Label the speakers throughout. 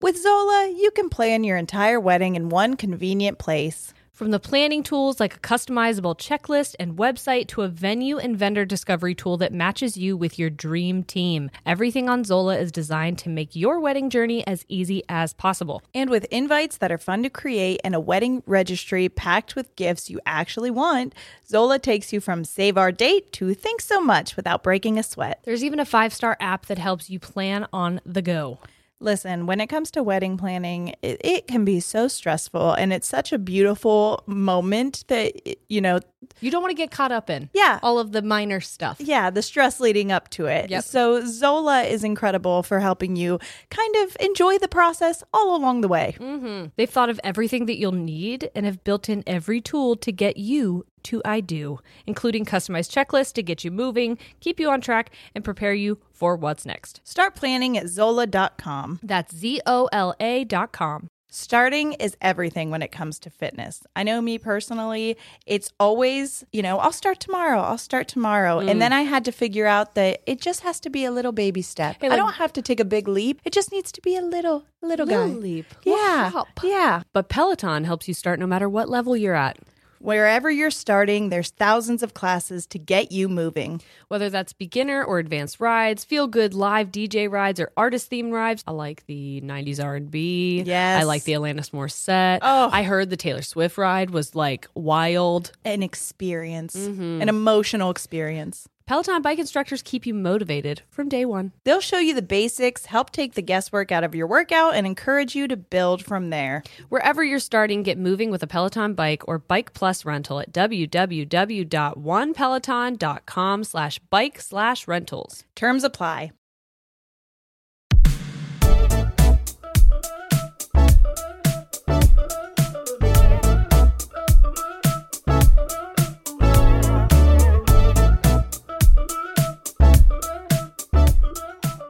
Speaker 1: With Zola, you can plan your entire wedding in one convenient place.
Speaker 2: From the planning tools like a customizable checklist and website to a venue and vendor discovery tool that matches you with your dream team, everything on Zola is designed to make your wedding journey as easy as possible.
Speaker 1: And with invites that are fun to create and a wedding registry packed with gifts you actually want, Zola takes you from save our date to thanks so much without breaking a sweat.
Speaker 2: There's even a five star app that helps you plan on the go.
Speaker 1: Listen, when it comes to wedding planning, it, it can be so stressful and it's such a beautiful moment that, you know,
Speaker 2: You don't want to get caught up in
Speaker 1: Yeah.
Speaker 2: all of the minor stuff.
Speaker 1: yeah, the stress leading up to it.
Speaker 2: Yep.
Speaker 1: So Zola is incredible for helping you kind of enjoy the process all along the way.
Speaker 2: They've thought of everything that you'll need and have built in every tool to get you to I do, including customized checklists to get you moving, keep you on track, and prepare you for what's next.
Speaker 1: Start planning at zola.com.
Speaker 2: That's Z O L A dot com.
Speaker 1: Starting is everything when it comes to fitness. I know me personally, it's always, you know, I'll start tomorrow, I'll start tomorrow.
Speaker 2: Mm.
Speaker 1: And then I had to figure out that it just has to be a little baby step.
Speaker 2: Hey,
Speaker 1: I
Speaker 2: like-
Speaker 1: don't have to take a big leap. It just needs to be a little, little,
Speaker 2: Little
Speaker 1: guy.
Speaker 2: leap, little
Speaker 1: Yeah.
Speaker 2: hop.
Speaker 1: Yeah.
Speaker 2: But Peloton helps you start no matter what level you're at.
Speaker 1: Wherever you're starting, there's thousands of classes to get you moving.
Speaker 2: Whether that's beginner or advanced rides, feel good live DJ rides or artist themed rides. I like the 90s R&B.
Speaker 1: Yes.
Speaker 2: I like the Alanis Morissette.
Speaker 1: Oh.
Speaker 2: I heard the Taylor Swift ride was like wild.
Speaker 1: An experience,
Speaker 2: Mm-hmm.
Speaker 1: an emotional experience.
Speaker 2: Peloton bike instructors keep you motivated from day one.
Speaker 1: They'll show you the basics, help take the guesswork out of your workout, and encourage you to build from there.
Speaker 2: Wherever you're starting, get moving with a Peloton bike or Bike Plus rental at www.onepeloton.com slash bike slash rentals.
Speaker 1: Terms apply.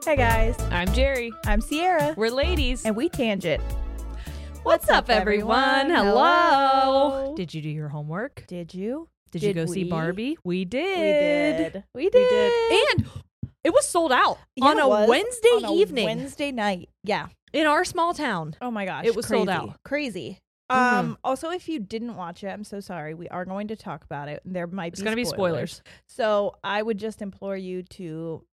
Speaker 1: Hey guys,
Speaker 2: I'm Jerry.
Speaker 1: I'm Sierra,
Speaker 2: We're ladies.
Speaker 1: and we tangent.
Speaker 2: What's up, everyone?
Speaker 1: everyone?
Speaker 2: Hello.
Speaker 1: Hello.
Speaker 2: Did you do your homework?
Speaker 1: Did you?
Speaker 2: Did, you go see
Speaker 1: we?
Speaker 2: Barbie? We
Speaker 1: We
Speaker 2: did.
Speaker 1: did. We did.
Speaker 2: And it was sold out
Speaker 1: Yeah,
Speaker 2: on
Speaker 1: it
Speaker 2: a
Speaker 1: was.
Speaker 2: Wednesday
Speaker 1: On a
Speaker 2: evening
Speaker 1: Wednesday night. Yeah.
Speaker 2: in our small town.
Speaker 1: Oh my gosh,
Speaker 2: It was sold out.
Speaker 1: Crazy.
Speaker 2: Mhm.
Speaker 1: Um. Also, if you didn't watch it, I'm so sorry. We are going to talk about it. There might
Speaker 2: It's
Speaker 1: be
Speaker 2: going to be spoilers.
Speaker 1: So I would just implore you to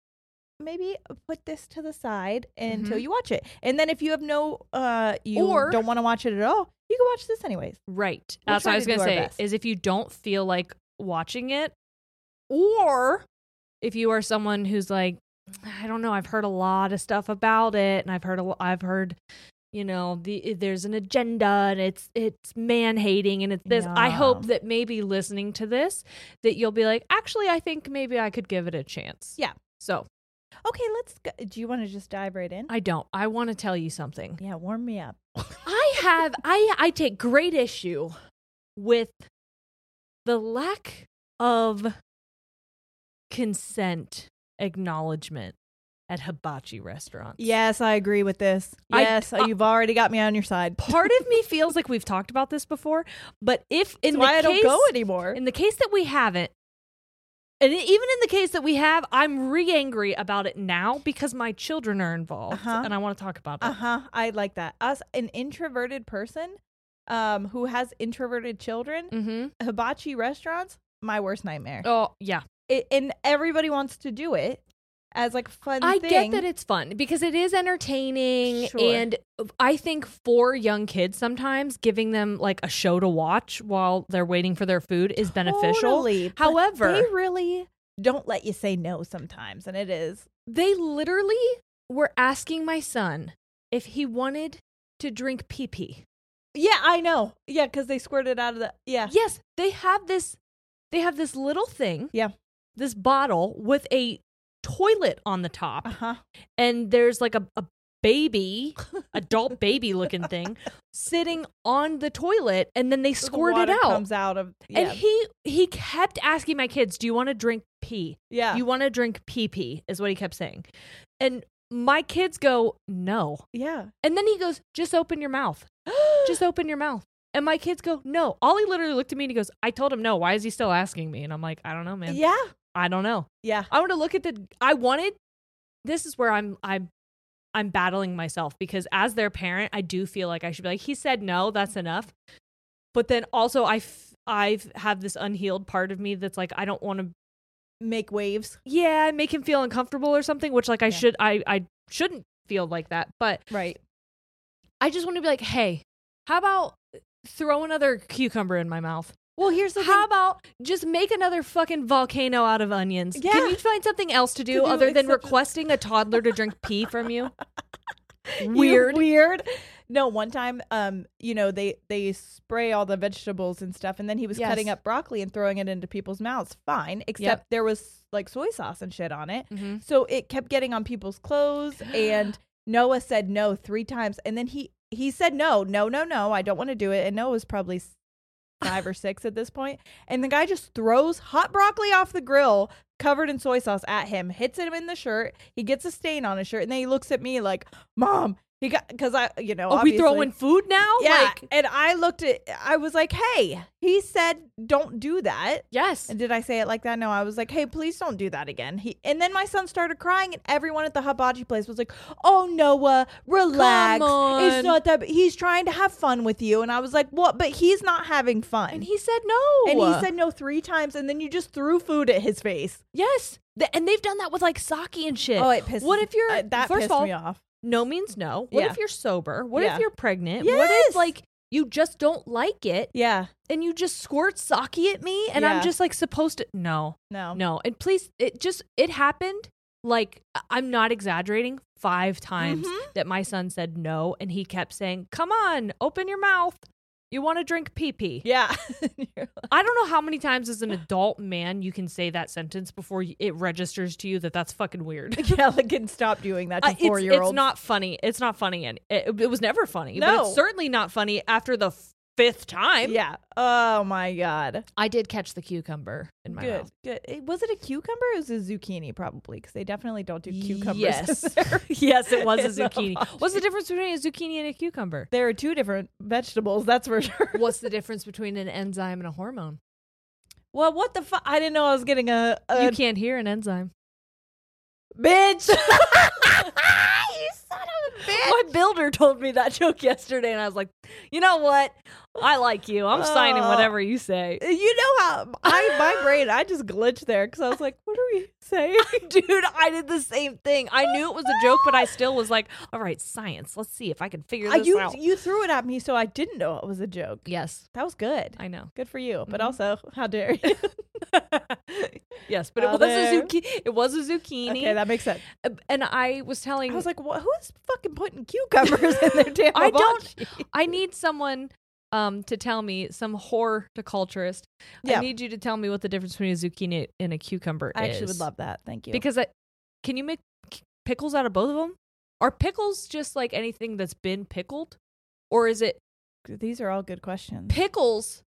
Speaker 1: maybe put this to the side until you watch it, and then if you have no, uh, you
Speaker 2: Mm-hmm. Or-
Speaker 1: don't want to watch it at all, you can watch this anyways.
Speaker 2: Right.
Speaker 1: We'll
Speaker 2: That's what
Speaker 1: try
Speaker 2: I was
Speaker 1: to do
Speaker 2: going to
Speaker 1: our
Speaker 2: say
Speaker 1: best.
Speaker 2: is if you don't feel like watching it or if you are someone who's like I don't know, I've heard a lot of stuff about it and I've heard a lo- I've heard you know, the there's an agenda and it's it's man-hating and it's this. I hope
Speaker 1: Yeah.
Speaker 2: that maybe listening to this that you'll be like, "Actually, I think maybe I could give it a chance."
Speaker 1: Yeah.
Speaker 2: So,
Speaker 1: Okay, let's. Go. Do you want to just dive right in?
Speaker 2: I don't. I want to tell you something.
Speaker 1: yeah, warm me up.
Speaker 2: I have I I take great issue with the lack of consent acknowledgement at hibachi restaurants.
Speaker 1: Yes, I agree with this.
Speaker 2: I-
Speaker 1: Yes, uh, you've already got me on your side.
Speaker 2: Part of me feels like we've talked about this before, but if
Speaker 1: That's
Speaker 2: in the
Speaker 1: why I
Speaker 2: case,
Speaker 1: don't go anymore.
Speaker 2: in the case that we haven't and e, even in the case that we have, I'm re-angry about it now because my children are involved
Speaker 1: Uh-huh.
Speaker 2: and I want to talk about it.
Speaker 1: Uh huh. I like that. Us, an introverted person, um, who has introverted children,
Speaker 2: Mhm.
Speaker 1: hibachi restaurants, my worst nightmare.
Speaker 2: Oh, yeah.
Speaker 1: It, and everybody wants to do it as like a fun.
Speaker 2: I
Speaker 1: thing.
Speaker 2: get that it's fun because it is entertaining.
Speaker 1: Sure.
Speaker 2: And I think for young kids, sometimes giving them like a show to watch while they're waiting for their food is beneficial.
Speaker 1: Totally, but
Speaker 2: However,
Speaker 1: they really don't let you say no sometimes, and it is
Speaker 2: they literally were asking my son if he wanted to drink pee pee.
Speaker 1: yeah, I know. Yeah, because they squirt it out of the yeah.
Speaker 2: Yes, they have this they have this little thing.
Speaker 1: Yeah.
Speaker 2: This bottle with a toilet on the top.
Speaker 1: Uh huh.
Speaker 2: and there's like a, a baby, adult baby looking thing sitting on the toilet and then they squirt it out.
Speaker 1: Comes out of yeah.
Speaker 2: And he he kept asking my kids, "Do you want to drink pee?
Speaker 1: yeah.
Speaker 2: You want to drink pee pee?" is what he kept saying. And my kids go, "No."
Speaker 1: yeah.
Speaker 2: And then he goes, "Just open your mouth. Just open your mouth." And my kids go, "No." Ollie literally looked at me and he goes, "I told him no. Why is he still asking me?" And I'm like, "I don't know, man.
Speaker 1: yeah.
Speaker 2: I don't know."
Speaker 1: Yeah.
Speaker 2: I want to look at the. I wanted. This is where I'm. I'm. I'm battling myself because as their parent, I do feel like I should be like, he said no, that's enough. But then also, I f- I've have this unhealed part of me that's like, I don't want to,
Speaker 1: Make waves.
Speaker 2: yeah, make him feel uncomfortable or something, which like I
Speaker 1: Yeah.
Speaker 2: should, I I shouldn't feel like that. But
Speaker 1: Right.
Speaker 2: I just want to be like, hey, how about throw another cucumber in my mouth?
Speaker 1: Well, here's the
Speaker 2: How about just make another fucking volcano out of onions?
Speaker 1: Yeah.
Speaker 2: Can you find something else to do
Speaker 1: do
Speaker 2: other than
Speaker 1: except-
Speaker 2: requesting a toddler to drink pee from you?
Speaker 1: thing.
Speaker 2: Weird.
Speaker 1: weird. No, one time, um, you know, they they spray all the vegetables and stuff, and then he was
Speaker 2: Yes.
Speaker 1: cutting up broccoli and throwing it into people's mouths. Fine, except there was like soy sauce and shit on it,
Speaker 2: Mhm.
Speaker 1: so it kept getting on people's clothes. And Noah said no three times, and then he he said no, no, no, no, I don't want to do it. And Noah was probably s- five or six at this point, and the guy just throws hot broccoli off the grill. Covered in soy sauce at him, hits him in the shirt. He gets a stain on his shirt, and then he looks at me like, "Mom, he got because I, you know,
Speaker 2: Are we
Speaker 1: obviously-
Speaker 2: throwing food now?
Speaker 1: yeah."
Speaker 2: Like,
Speaker 1: and I looked at, I was like, "Hey," he said, "Don't do that."
Speaker 2: yes.
Speaker 1: And did I say it like that? No, I was like, "Hey, please don't do that again." He and then my son started crying, and everyone at the hibachi place was like, "Oh, Noah, relax.
Speaker 2: Come on."
Speaker 1: It's not that. b- He's trying to have fun with you." And I was like, "What?" But he's not having fun.
Speaker 2: And he said no.
Speaker 1: And he said no three times, and then you just threw food at his face.
Speaker 2: yes. Th- and they've done that with like sake and shit.
Speaker 1: Oh, it pissed.
Speaker 2: What if you're
Speaker 1: uh, that
Speaker 2: first
Speaker 1: pissed
Speaker 2: of all,
Speaker 1: me off?
Speaker 2: no means no. What
Speaker 1: Yeah.
Speaker 2: if you're sober? What
Speaker 1: Yeah.
Speaker 2: if you're pregnant? What
Speaker 1: Yes.
Speaker 2: if like you just don't like it
Speaker 1: Yeah,
Speaker 2: and you just squirt sake at me and
Speaker 1: Yeah.
Speaker 2: I'm just like supposed to no.
Speaker 1: no,
Speaker 2: No, and please, it just it happened. Like I- I'm not exaggerating. Five times
Speaker 1: Mhm.
Speaker 2: that my son said no, and he kept saying, "Come on, open your mouth. You want to drink pee pee."
Speaker 1: Yeah.
Speaker 2: I don't know how many times as an adult man you can say that sentence before y- it registers to you that that's fucking weird.
Speaker 1: yeah, like can stop doing that
Speaker 2: Uh,
Speaker 1: to
Speaker 2: it's,
Speaker 1: four year
Speaker 2: it's
Speaker 1: olds.
Speaker 2: not funny. It's not funny, and it, it was never funny. but
Speaker 1: No.
Speaker 2: it's certainly not funny after the fifth time.
Speaker 1: Yeah. Oh my god.
Speaker 2: I did catch the cucumber in my
Speaker 1: good.
Speaker 2: mouth.
Speaker 1: Good. It- was it a cucumber? It was a zucchini, probably, because they definitely don't do cucumbers.
Speaker 2: Yes. yes, it was a
Speaker 1: It's a
Speaker 2: zucchini.
Speaker 1: lot.
Speaker 2: What's the difference between a zucchini and a cucumber?
Speaker 1: there are two different vegetables. That's for sure.
Speaker 2: What's the difference between an enzyme and a hormone?
Speaker 1: Well, what the fuck? I didn't know I was getting a,
Speaker 2: you
Speaker 1: a
Speaker 2: can't hear an enzyme.
Speaker 1: bitch. you son of a bitch.
Speaker 2: My builder told me that joke yesterday, and I was like, you know what? I like you. I'm signing
Speaker 1: Oh.
Speaker 2: whatever you say.
Speaker 1: You know how I my brain I just glitched there because I was like, what are we saying?
Speaker 2: Dude, I did the same thing. I knew it was a joke, but I still was like, all right, science. Let's see if I can figure
Speaker 1: I,
Speaker 2: this
Speaker 1: you
Speaker 2: out.
Speaker 1: you threw it at me, so I didn't know it was a joke.
Speaker 2: yes,
Speaker 1: That was good.
Speaker 2: I know.
Speaker 1: Good for you, but
Speaker 2: Mhm.
Speaker 1: also, how dare you?
Speaker 2: yes, but it was, a
Speaker 1: Father.
Speaker 2: zucchini. it was a zucchini.
Speaker 1: okay, that makes sense.
Speaker 2: and I was telling
Speaker 1: I was like, "Wha- who's fucking putting cucumbers in their damn
Speaker 2: I don't-
Speaker 1: hibachi?"
Speaker 2: I need someone um to tell me some horticulturist.
Speaker 1: Yeah.
Speaker 2: I need you to tell me what the difference between a zucchini and a cucumber
Speaker 1: I
Speaker 2: is.
Speaker 1: actually would love that. Thank you.
Speaker 2: because I can you make c- pickles out of both of them? Are pickles just like anything that's been pickled, or is it
Speaker 1: These are all good questions.
Speaker 2: pickles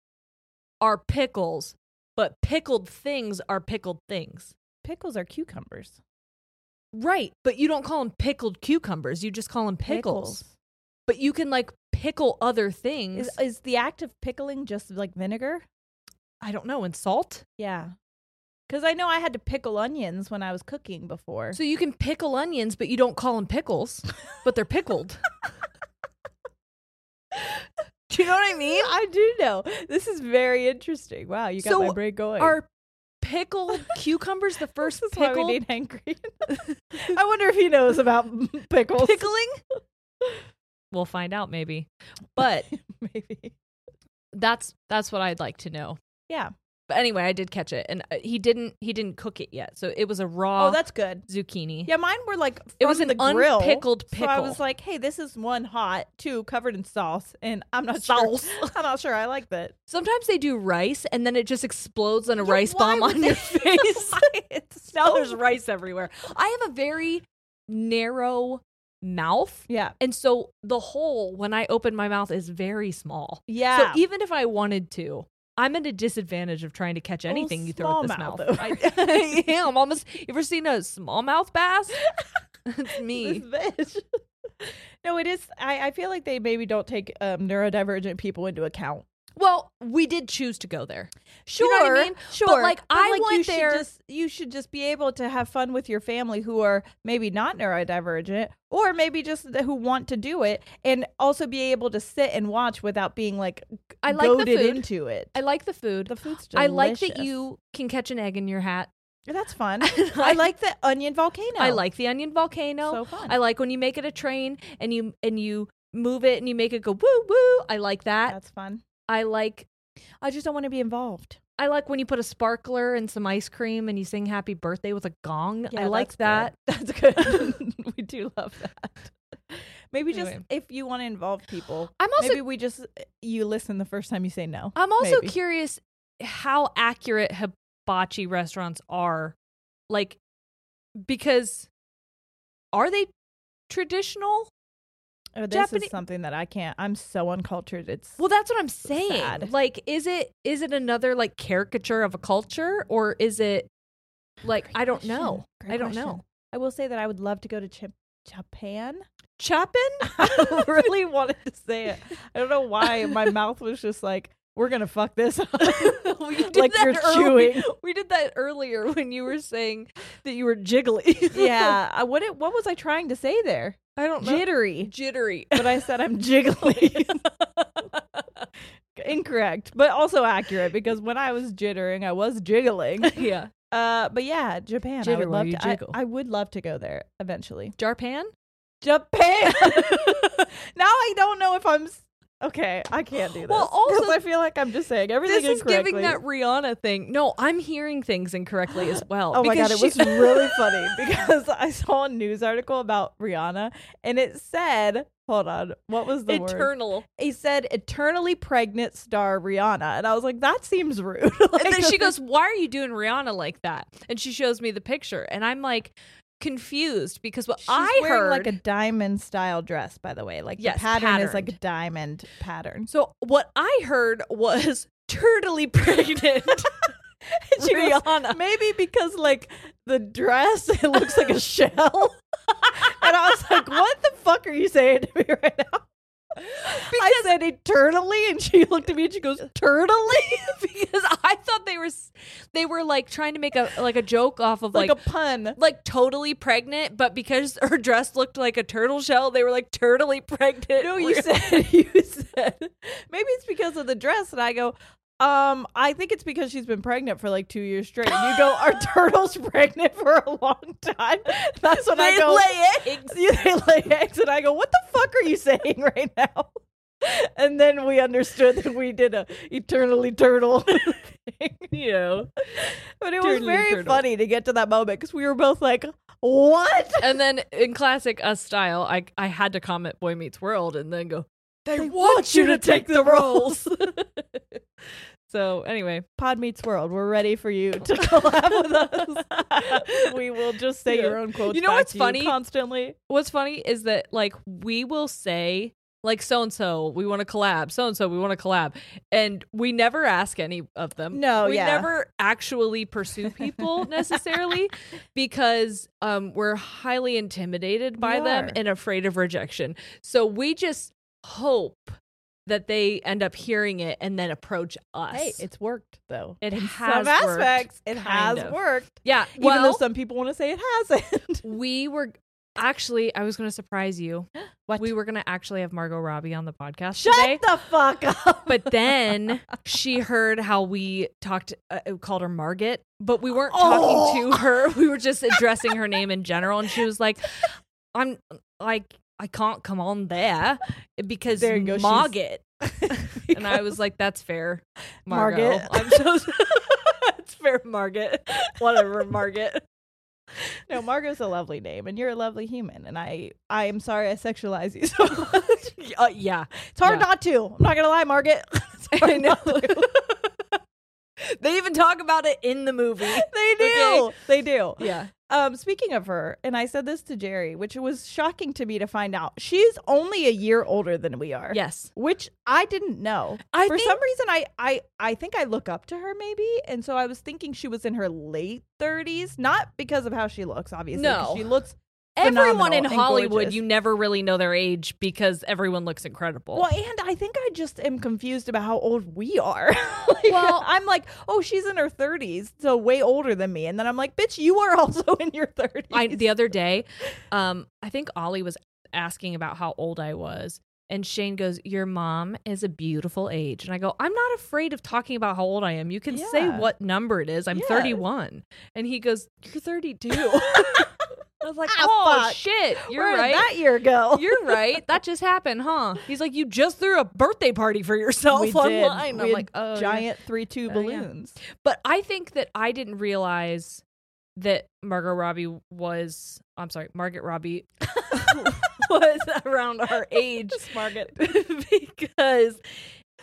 Speaker 2: are pickles, but pickled things are pickled things?
Speaker 1: Pickles are cucumbers.
Speaker 2: Right, but you don't call them pickled cucumbers. You just call them pickles. But you can like pickle other things.
Speaker 1: Is, is the act of pickling just like vinegar?
Speaker 2: I don't know, and salt.
Speaker 1: Yeah. Because I know I had to pickle onions when I was cooking before.
Speaker 2: So you can pickle onions, but you don't call them pickles, but they're pickled.
Speaker 1: do you know what I mean? I do know. This is very interesting. Wow, you got
Speaker 2: So
Speaker 1: my brain going.
Speaker 2: Are pickled cucumbers the first
Speaker 1: this is why
Speaker 2: pickle
Speaker 1: we need Hank Green. I wonder if he knows about pickles.
Speaker 2: pickling? we'll find out maybe. But
Speaker 1: Maybe.
Speaker 2: that's that's what I'd like to know.
Speaker 1: Yeah.
Speaker 2: But anyway, I did catch it and uh, he didn't he didn't cook it yet. So it was a raw
Speaker 1: Oh, that's good.
Speaker 2: zucchini.
Speaker 1: Yeah, mine were like
Speaker 2: It was
Speaker 1: from
Speaker 2: an
Speaker 1: the grill.
Speaker 2: unpickled
Speaker 1: So
Speaker 2: pickle.
Speaker 1: I was like, "Hey, this is one hot, two covered in sauce, and I'm not
Speaker 2: Sauce.
Speaker 1: sure. I'm not sure I like that."
Speaker 2: Sometimes they do rice and then it just explodes on a
Speaker 1: Yeah,
Speaker 2: rice
Speaker 1: why
Speaker 2: bomb
Speaker 1: would
Speaker 2: on
Speaker 1: they-
Speaker 2: your face.
Speaker 1: Why? It's
Speaker 2: now
Speaker 1: so-
Speaker 2: there's rice everywhere. I have a very narrow mouth.
Speaker 1: Yeah,
Speaker 2: And so the hole when I open my mouth is very small.
Speaker 1: yeah.
Speaker 2: So even if I wanted to, I'm at a disadvantage of trying to catch
Speaker 1: Little
Speaker 2: anything you throw at this
Speaker 1: smallmouth
Speaker 2: mouth.
Speaker 1: over.
Speaker 2: I, yeah, I'm almost. You ever seen a smallmouth bass? it's
Speaker 1: This
Speaker 2: me.
Speaker 1: bitch. no, it is. I, I feel like they maybe don't take um, neurodivergent people into account.
Speaker 2: Well, we did choose to go there.
Speaker 1: Sure,
Speaker 2: You know what I mean?
Speaker 1: sure.
Speaker 2: But like, I
Speaker 1: like, you
Speaker 2: went
Speaker 1: should
Speaker 2: there.
Speaker 1: Just, you should just be able to have fun with your family who are maybe not neurodivergent, or maybe just th- who want to do it, and also be able to sit and watch without being like
Speaker 2: I like the
Speaker 1: goaded
Speaker 2: food.
Speaker 1: into it.
Speaker 2: I like the food.
Speaker 1: the food's
Speaker 2: I like that
Speaker 1: delicious.
Speaker 2: you can catch an egg in your hat.
Speaker 1: That's fun. I like the onion volcano.
Speaker 2: I like the onion volcano.
Speaker 1: So fun.
Speaker 2: I like when you make it a train and you and you move it and you make it go woo woo. I like that.
Speaker 1: That's fun.
Speaker 2: I like
Speaker 1: I just don't want to be involved.
Speaker 2: I like when you put a sparkler and some ice cream and you sing happy birthday with a gong. I
Speaker 1: Yeah,
Speaker 2: like that.
Speaker 1: that's good. That's good. we do love that. Maybe just
Speaker 2: Anyway.
Speaker 1: if you want to involve people,
Speaker 2: I'm also
Speaker 1: maybe we just you listen the first time you say no.
Speaker 2: I'm also
Speaker 1: maybe.
Speaker 2: curious how accurate hibachi restaurants are. Like because are they traditional?
Speaker 1: Oh, this
Speaker 2: Japane-
Speaker 1: is something that I can't. I'm so uncultured. It's
Speaker 2: Well, that's what I'm saying.
Speaker 1: Sad.
Speaker 2: Like, is it is it another like caricature of a culture, or is it like I don't know?
Speaker 1: Great
Speaker 2: I don't
Speaker 1: question.
Speaker 2: know.
Speaker 1: I will say that I would love to go to Chip- Japan.
Speaker 2: Chapin?
Speaker 1: I really wanted to say it. I don't know why my mouth was just like, "We're gonna fuck this." up."
Speaker 2: we did
Speaker 1: Like
Speaker 2: that
Speaker 1: you're
Speaker 2: early-
Speaker 1: chewing.
Speaker 2: We did that earlier when you were saying that you were jiggly.
Speaker 1: yeah. I, what it, What was I trying to say there?
Speaker 2: I don't know.
Speaker 1: Jittery.
Speaker 2: Jittery.
Speaker 1: But I said I'm jiggly. Incorrect, but also accurate because when I was jittering, I was jiggling.
Speaker 2: yeah.
Speaker 1: Uh, but yeah, Japan. I
Speaker 2: Jitter
Speaker 1: would
Speaker 2: where
Speaker 1: love
Speaker 2: you
Speaker 1: to. I,
Speaker 2: jiggle.
Speaker 1: I would love to go there eventually.
Speaker 2: Jarpan?
Speaker 1: Japan. now I don't know if I'm. s- Okay, I can't do this.
Speaker 2: Well,
Speaker 1: 'cause
Speaker 2: also-
Speaker 1: I feel like I'm just saying everything
Speaker 2: This is
Speaker 1: incorrectly.
Speaker 2: giving that Rihanna thing. No, I'm hearing things incorrectly as well.
Speaker 1: Oh my god,
Speaker 2: because
Speaker 1: it
Speaker 2: she-
Speaker 1: was really funny because I saw a news article about Rihanna and it said, "Hold on, what was the word?"
Speaker 2: eternal.
Speaker 1: It said "eternally pregnant star Rihanna," and I was like, "That seems rude."
Speaker 2: And then
Speaker 1: Like,
Speaker 2: she goes, Why are you doing Rihanna like that? And she shows me the picture. And I'm like confused because what
Speaker 1: She's
Speaker 2: I
Speaker 1: wearing
Speaker 2: heard.
Speaker 1: like a diamond style dress, by the way. Like
Speaker 2: Yes,
Speaker 1: the pattern is like a
Speaker 2: patterned.
Speaker 1: diamond pattern.
Speaker 2: so what I heard was turtly pregnant.
Speaker 1: She goes,
Speaker 2: Rihanna.
Speaker 1: Maybe because like the dress, it looks like a shell. and I was like, what the fuck are you saying to me right now? I said eternally, and she looked at me and she goes, turtly?
Speaker 2: because I thought they were s- they were like trying to make a like a joke off of
Speaker 1: like,
Speaker 2: like
Speaker 1: a pun.
Speaker 2: like totally pregnant, but because her dress looked like a turtle shell, they were like turtly pregnant.
Speaker 1: No, you said, you said, maybe it's because of the dress. And I go, um, I think it's because she's been pregnant for like two years straight. And you go, are turtles pregnant for a long time? That's when I
Speaker 2: They
Speaker 1: go,
Speaker 2: lay eggs.
Speaker 1: you they lay eggs and I go, What the fuck are you saying right now? And then we understood that we did a eternally turtle thing, you know. But it was
Speaker 2: Eternally
Speaker 1: very
Speaker 2: turtle.
Speaker 1: funny to get to that moment because we were both like, What?
Speaker 2: And then in classic us style, I I had to comment Boy Meets World and then go, They, want, you to take the roles. so anyway.
Speaker 1: Pod Meets World, we're ready for you to collab with us. we will just say
Speaker 2: Yeah.
Speaker 1: your own quotes.
Speaker 2: You know
Speaker 1: back
Speaker 2: what's
Speaker 1: to
Speaker 2: funny?
Speaker 1: Constantly.
Speaker 2: what's funny is that like we will say like so and so we want to collab so and so we want to collab and we never ask any of them
Speaker 1: No,
Speaker 2: we
Speaker 1: yeah.
Speaker 2: never actually pursue people necessarily because um we're highly intimidated by
Speaker 1: We
Speaker 2: them
Speaker 1: are.
Speaker 2: and afraid of rejection so we just hope that they end up hearing it and then approach us
Speaker 1: Hey, it's worked though.
Speaker 2: It
Speaker 1: In
Speaker 2: has
Speaker 1: some
Speaker 2: worked,
Speaker 1: aspects. It
Speaker 2: kind
Speaker 1: has
Speaker 2: of.
Speaker 1: worked.
Speaker 2: yeah
Speaker 1: even though
Speaker 2: well
Speaker 1: some people want to say it hasn't.
Speaker 2: we were actually i was going to surprise you
Speaker 1: What?
Speaker 2: we were going to actually have margot robbie on the podcast
Speaker 1: Shut
Speaker 2: today
Speaker 1: the fuck up.
Speaker 2: But then she heard how we talked, uh, called her Margit, but we weren't talking to her. We were just addressing her name in general. And she was like, I'm like, I can't come on there because
Speaker 1: There you go, she's-
Speaker 2: Margit. And I was like, that's fair, Margot.
Speaker 1: Margit.
Speaker 2: I'm so, it's fair, Margit. Whatever, Margit.
Speaker 1: No, Margot's a lovely name, and you're a lovely human. And I, I am sorry I sexualize you so much.
Speaker 2: Uh, yeah.
Speaker 1: It's hard
Speaker 2: Yeah.
Speaker 1: not to. I'm not gonna lie, Margot. It's hard
Speaker 2: I know.
Speaker 1: not to.
Speaker 2: They even talk about it in the movie.
Speaker 1: They do. They do.
Speaker 2: Yeah.
Speaker 1: Um, speaking of her, and I said this to Jerry, which was shocking to me to find out. She's only a year older than we are.
Speaker 2: Yes.
Speaker 1: Which I didn't know.
Speaker 2: I
Speaker 1: For
Speaker 2: think-
Speaker 1: some reason, I, I I think I look up to her maybe, and so I was thinking she was in her late thirties, not because of how she looks. Obviously, 'cause
Speaker 2: No.
Speaker 1: she looks
Speaker 2: everyone in
Speaker 1: phenomenal and
Speaker 2: Hollywood,
Speaker 1: gorgeous.
Speaker 2: you never really know their age because everyone looks incredible.
Speaker 1: Well, and I think I just am confused about how old we are. Like,
Speaker 2: Well-
Speaker 1: I'm like, oh, she's in her 30s, so way older than me. And then I'm like, bitch, you are also in your 30s.
Speaker 2: I, the other day, um, I think Ollie was asking about how old I was. And Shane goes, Your mom is a beautiful age. And I go, I'm not afraid of talking about how old I am. You can say
Speaker 1: Yeah.
Speaker 2: what number it is. I'm
Speaker 1: Yeah.
Speaker 2: 31. And he goes, You're 32. I was like,
Speaker 1: Ah,
Speaker 2: Oh,
Speaker 1: fuck.
Speaker 2: shit. You're
Speaker 1: Where
Speaker 2: right.
Speaker 1: did that year go?
Speaker 2: You're right. That just happened, huh? He's like, You just threw a birthday party for yourself
Speaker 1: We did.
Speaker 2: online.
Speaker 1: We
Speaker 2: I'm
Speaker 1: had
Speaker 2: like, Oh, yeah."
Speaker 1: giant three two
Speaker 2: Oh, yeah.
Speaker 1: balloons.
Speaker 2: But I think that I didn't realize that Margot Robbie was, I'm sorry, Margaret Robbie was around our age
Speaker 1: Margaret.
Speaker 2: because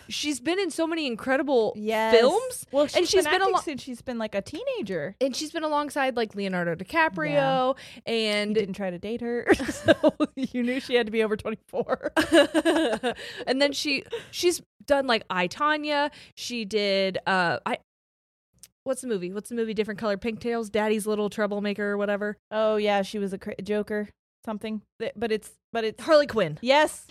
Speaker 2: she's been in so many incredible
Speaker 1: Yes.
Speaker 2: films
Speaker 1: Well, she's,
Speaker 2: she's
Speaker 1: been,
Speaker 2: been a
Speaker 1: acting
Speaker 2: lo-
Speaker 1: since she's been like a teenager.
Speaker 2: and she's been alongside like Leonardo DiCaprio
Speaker 1: You
Speaker 2: and
Speaker 1: didn't try to date her, so you knew she had to be over 24.
Speaker 2: and then she she's done like I Tanya. She did uh I what's the movie? What's the movie? Different color pigtails, Daddy's Little Troublemaker or whatever.
Speaker 1: Oh yeah, she was a cra- Joker, something. Th- But it's but it's
Speaker 2: Harley Quinn.
Speaker 1: yes,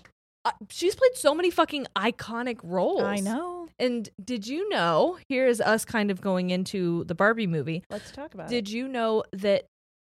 Speaker 2: uh, she's played so many fucking iconic roles.
Speaker 1: I know.
Speaker 2: And did you know? Here is us kind of going into the Barbie movie.
Speaker 1: Let's talk about it.
Speaker 2: Did you know that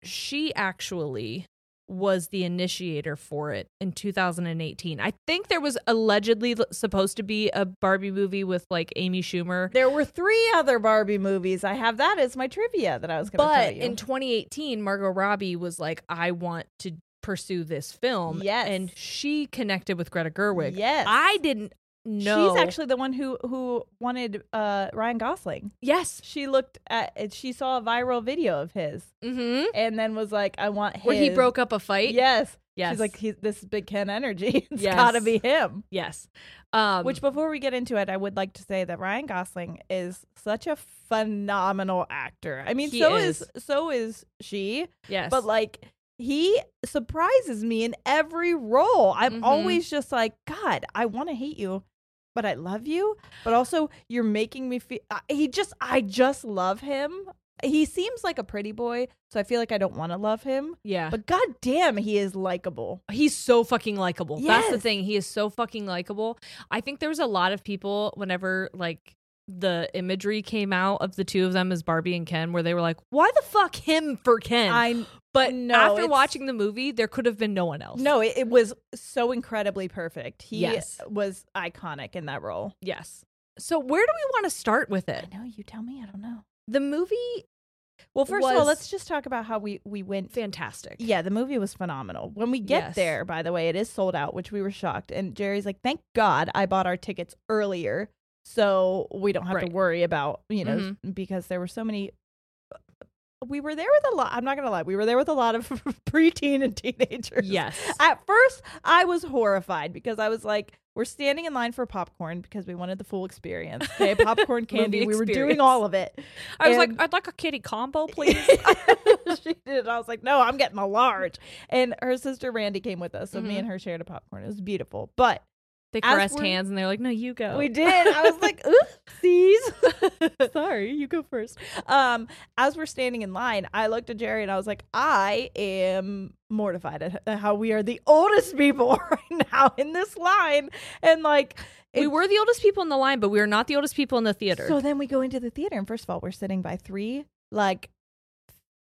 Speaker 2: she actually was the initiator for it in 2018? I think there was allegedly l- supposed to be a Barbie movie with like Amy Schumer.
Speaker 1: There were three other Barbie movies. I have that as my trivia that I was going to tell
Speaker 2: But
Speaker 1: you.
Speaker 2: in 2018, Margot Robbie was like, I want to pursue this film.
Speaker 1: Yes.
Speaker 2: And she connected with Greta Gerwig.
Speaker 1: Yes.
Speaker 2: I didn't know.
Speaker 1: she's actually the one who who wanted uh, Ryan Gosling.
Speaker 2: Yes.
Speaker 1: She looked at she saw a viral video of his
Speaker 2: Mm-hmm.
Speaker 1: and then was like, "I want his."
Speaker 2: Where he broke up a fight.
Speaker 1: Yes.
Speaker 2: Yes.
Speaker 1: She's like, he's, "This is Big Ken energy. It's
Speaker 2: Yes.
Speaker 1: got to be him."
Speaker 2: yes. Um,
Speaker 1: Which, before we get into it, I would like to say that Ryan Gosling is such a phenomenal actor. I mean,
Speaker 2: He
Speaker 1: so is.
Speaker 2: is.
Speaker 1: so is she,
Speaker 2: yes.
Speaker 1: but like he surprises me in every role. I'm
Speaker 2: Mhm.
Speaker 1: always just like, God, I want to hate you, but I love you. But also, you're making me feel. I- He just, I just love him. He seems like a pretty boy, so I feel like I don't want to love him.
Speaker 2: yeah.
Speaker 1: But goddamn, he is likable.
Speaker 2: he's so fucking likable. That's the
Speaker 1: Yes.
Speaker 2: thing. He is so fucking likable. I think there was a lot of people whenever like the imagery came out of the two of them as Barbie and Ken, where they were like, "Why the fuck him for Ken?"
Speaker 1: I
Speaker 2: but
Speaker 1: no,
Speaker 2: after
Speaker 1: it's-
Speaker 2: watching the movie, there could have been no one else.
Speaker 1: No, it, it was so incredibly perfect. He
Speaker 2: Yes.
Speaker 1: was iconic in that role.
Speaker 2: Yes. So where do we want to start with it?
Speaker 1: know. You tell me. I don't know.
Speaker 2: The movie. Well,
Speaker 1: First of all, let's just talk about how we we went.
Speaker 2: fantastic.
Speaker 1: yeah, the movie was phenomenal. When we get
Speaker 2: Yes.
Speaker 1: there, by the way, it is sold out, which we were shocked. And Jerry's like, "Thank God I bought our tickets earlier, so we don't have
Speaker 2: Right.
Speaker 1: to worry about you know because there were so many." We were there with a lot. I'm not gonna lie. We were there with a lot of preteen and teenagers.
Speaker 2: Yes.
Speaker 1: At first, I was horrified because I was like, we're standing in line for popcorn because we wanted the full experience. Okay, popcorn candy.
Speaker 2: Movie
Speaker 1: we were doing
Speaker 2: experience.
Speaker 1: all of it.
Speaker 2: I was
Speaker 1: And-
Speaker 2: like, I'd like a kitty combo, please.
Speaker 1: she did. I was like, no, I'm getting a large. And her sister Randy came with us. So me
Speaker 2: Mhm.
Speaker 1: and her shared a popcorn. It was beautiful. But
Speaker 2: They
Speaker 1: As
Speaker 2: caressed
Speaker 1: we're-
Speaker 2: hands and they're like, no, you go.
Speaker 1: we did. I was like, oopsies. Sorry, you go first. Um, as we're standing in line, I looked at Jerry and I was like, I am mortified at h- how we are the oldest people right now in this line. And like,
Speaker 2: we
Speaker 1: it-
Speaker 2: were the oldest people in the line, but we were not the oldest people in the theater.
Speaker 1: So then we go into the theater, and first of all, we're sitting by three, like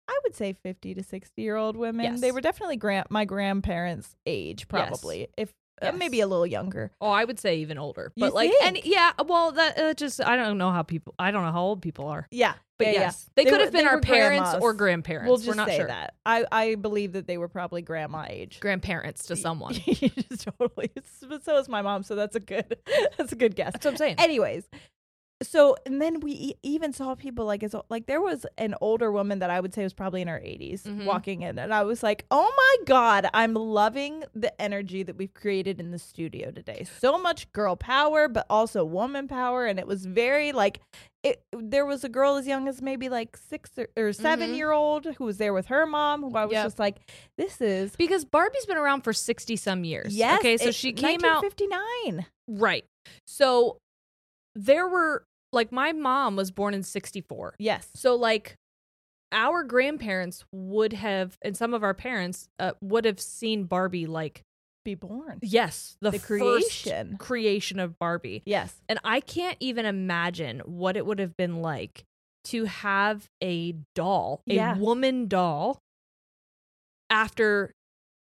Speaker 1: I would say fifty to sixty year old women.
Speaker 2: Yes.
Speaker 1: They were definitely grand my grandparents' age, probably, if uh,
Speaker 2: Yes.
Speaker 1: maybe a little younger.
Speaker 2: oh, I would say even older.
Speaker 1: You
Speaker 2: But like, and
Speaker 1: think?
Speaker 2: yeah, well, that uh, just I don't know how people. I don't know how old people are.
Speaker 1: Yeah,
Speaker 2: But
Speaker 1: yeah, yeah.
Speaker 2: yes, they,
Speaker 1: They
Speaker 2: could
Speaker 1: were-
Speaker 2: have been
Speaker 1: they
Speaker 2: our
Speaker 1: were
Speaker 2: parents
Speaker 1: grandmas.
Speaker 2: or grandparents.
Speaker 1: We'll just
Speaker 2: are not
Speaker 1: say
Speaker 2: sure.
Speaker 1: that. I I believe that they were probably grandma age.
Speaker 2: Grandparents to someone.
Speaker 1: Just totally. It's- But so is my mom. So that's a good that's a good guess.
Speaker 2: That's what I'm saying.
Speaker 1: Anyways, so and then we e- even saw people like as like there was an older woman that I would say was probably in her 80s
Speaker 2: Mhm.
Speaker 1: walking in, and I was like, oh my god, I'm loving the energy that we've created in the studio today. So much girl power, but also woman power, and it was very like. It, there was a girl as young as maybe like six or, or 7
Speaker 2: Mhm.
Speaker 1: year old who was there with her mom who I was
Speaker 2: Yep.
Speaker 1: just like, this is
Speaker 2: because Barbie's been around for sixty some years.
Speaker 1: yes.
Speaker 2: Okay, so
Speaker 1: it's
Speaker 2: she came out
Speaker 1: 1959.
Speaker 2: right. So there were like my mom was born in sixty four.
Speaker 1: Yes.
Speaker 2: So like our grandparents would have, and some of our parents uh, would have seen Barbie like,
Speaker 1: be born.
Speaker 2: yes, the,
Speaker 1: The
Speaker 2: creation
Speaker 1: creation.
Speaker 2: creation of Barbie.
Speaker 1: Yes.
Speaker 2: And I can't even imagine what it would have been like to have a doll, a
Speaker 1: Yeah.
Speaker 2: woman doll, after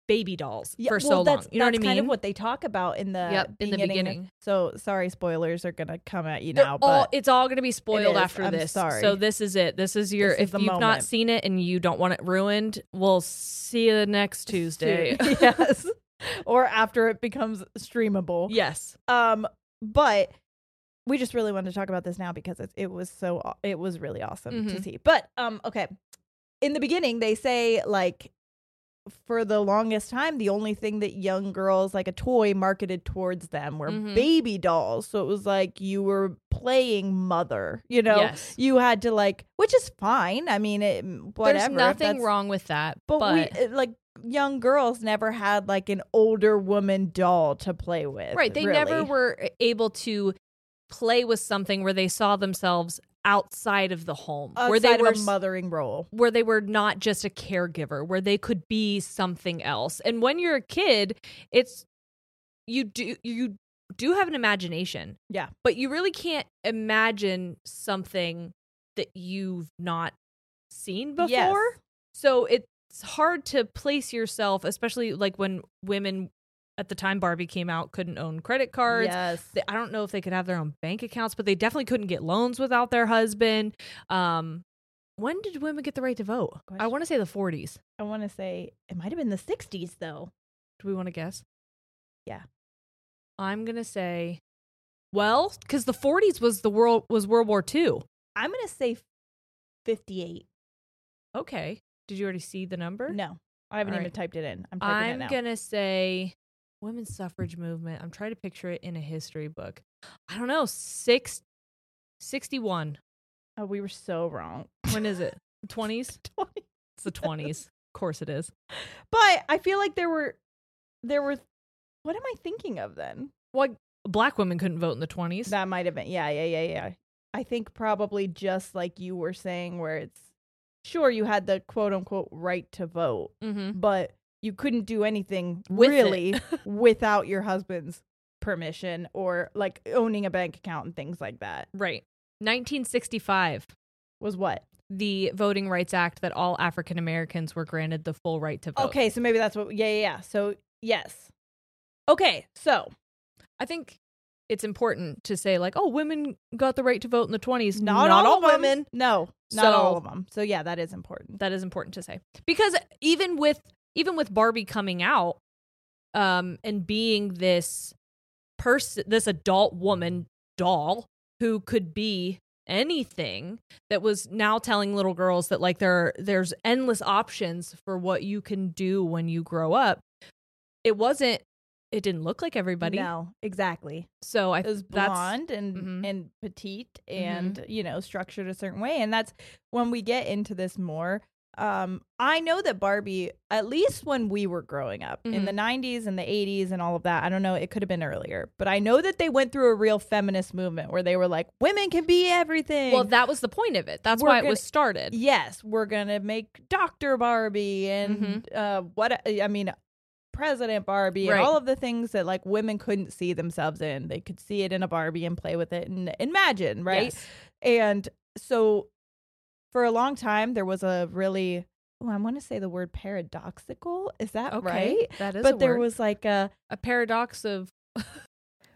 Speaker 2: baby dolls
Speaker 1: Yeah,
Speaker 2: for
Speaker 1: well,
Speaker 2: so long.
Speaker 1: that's-
Speaker 2: You know what I
Speaker 1: that's
Speaker 2: mean?
Speaker 1: kind of what they talk about in the
Speaker 2: Yep, in the beginning.
Speaker 1: So sorry, spoilers are gonna come at you
Speaker 2: They're
Speaker 1: now,
Speaker 2: all-
Speaker 1: but
Speaker 2: it's all going to be spoiled
Speaker 1: is.
Speaker 2: after
Speaker 1: I'm
Speaker 2: this.
Speaker 1: sorry.
Speaker 2: So this is it. This is your.
Speaker 1: This is
Speaker 2: if
Speaker 1: the
Speaker 2: you've not
Speaker 1: moment.
Speaker 2: seen it and you don't want it ruined, we'll see you next Tuesday.
Speaker 1: Soon. yes, or after it becomes streamable.
Speaker 2: yes.
Speaker 1: Um, but we just really wanted to talk about this now because it, it was so aw- it was really awesome to
Speaker 2: Mhm.
Speaker 1: see. But um, okay, in the beginning they say like for the longest time the only thing that young girls like a toy marketed towards them were
Speaker 2: Mhm.
Speaker 1: baby dolls. So it was like you were playing mother, you know.
Speaker 2: Yes.
Speaker 1: You had to like, which is fine. I mean, it, whatever.
Speaker 2: There's
Speaker 1: if
Speaker 2: nothing
Speaker 1: that's-
Speaker 2: wrong with that.
Speaker 1: But,
Speaker 2: But,
Speaker 1: we it- like young girls never had like an older woman doll to play with.
Speaker 2: right, they never
Speaker 1: really.
Speaker 2: were able to play with something where they saw themselves outside of the home, where they
Speaker 1: Outside
Speaker 2: were
Speaker 1: of a
Speaker 2: s-
Speaker 1: mothering role.
Speaker 2: where they were not just a caregiver, where they could be something else. And when you're a kid, it's you do you do have an imagination.
Speaker 1: Yeah.
Speaker 2: But you really can't imagine something that you've not seen before.
Speaker 1: Yes.
Speaker 2: So it's hard to place yourself, especially like when women at the time Barbie came out couldn't own credit cards.
Speaker 1: Yes.
Speaker 2: They- I don't know if they could have their own bank accounts, but they definitely couldn't get loans without their husband. Um, when did women get the right to vote? I
Speaker 1: Question.
Speaker 2: want to say the 40s.
Speaker 1: I want to say it might have been the 60s though.
Speaker 2: Do we want to guess?
Speaker 1: Yeah.
Speaker 2: I'm going to say well, cuz the 40s was the world was World War II.
Speaker 1: I'm going to say 58.
Speaker 2: Okay. Did you already see the number?
Speaker 1: No. I haven't
Speaker 2: All
Speaker 1: even
Speaker 2: right.
Speaker 1: typed it in. I'm typing it
Speaker 2: I'm
Speaker 1: now.
Speaker 2: going to say women's suffrage movement. I'm trying to picture it in a history book. I don't know. 6 61.
Speaker 1: oh, we were so wrong.
Speaker 2: When is it? 20s?
Speaker 1: 20.
Speaker 2: It's the 20s. Of course it is.
Speaker 1: But I feel like there were there were what am I thinking of then?
Speaker 2: Well, black women couldn't vote in the 20s.
Speaker 1: That might have been. Yeah, yeah, yeah, yeah. I think probably just like you were saying where it's sure you had the quote unquote right to vote,
Speaker 2: mm-hmm.
Speaker 1: but you couldn't do anything
Speaker 2: With it.
Speaker 1: really without your husband's permission or like owning a bank account and things like that.
Speaker 2: Right. 1965,
Speaker 1: Was what?
Speaker 2: the Voting Rights Act that all African Americans were granted the full right to vote.
Speaker 1: Okay, so maybe that's what. Yeah, yeah, yeah. So yes. Okay, so
Speaker 2: I think it's important to say, like, oh, women got the right to vote in the 20s.
Speaker 1: not, all, women. No, not
Speaker 2: So-
Speaker 1: all of them. So yeah, that is important.
Speaker 2: That is important to say. Because even with even with Barbie coming out um and being this person this adult woman doll who could be anything that was now telling little girls that like there are, there's endless options for what you can do when you grow up. It wasn't it didn't look like everybody.
Speaker 1: No, exactly.
Speaker 2: So I
Speaker 1: It was
Speaker 2: that's- Mm-hmm.
Speaker 1: blonde and
Speaker 2: mhm.
Speaker 1: and petite and you know structured a certain way, and that's when we get into this more. Um, I know that Barbie, at least when we were growing up in
Speaker 2: Mm-hmm.
Speaker 1: the 90s and the 80s and all of that, I don't know, it could have been earlier, but I know that they went through a real feminist movement where they were like, women can be everything.
Speaker 2: well that was the point of it. That's
Speaker 1: We're
Speaker 2: why it
Speaker 1: gonna-
Speaker 2: was started.
Speaker 1: yes, we're gonna make Doctor Barbie and uh, what I mean, President Barbie,
Speaker 2: Mm-hmm. Right.
Speaker 1: and all of the things that like women couldn't see themselves in. They could see it in a Barbie and play with it and imagine, right?
Speaker 2: Yes.
Speaker 1: And so, for a long time, there was a really oh, I want to say the word paradoxical. Is that
Speaker 2: Okay.
Speaker 1: right?
Speaker 2: That is
Speaker 1: But
Speaker 2: a
Speaker 1: there
Speaker 2: word.
Speaker 1: was like a
Speaker 2: a paradox of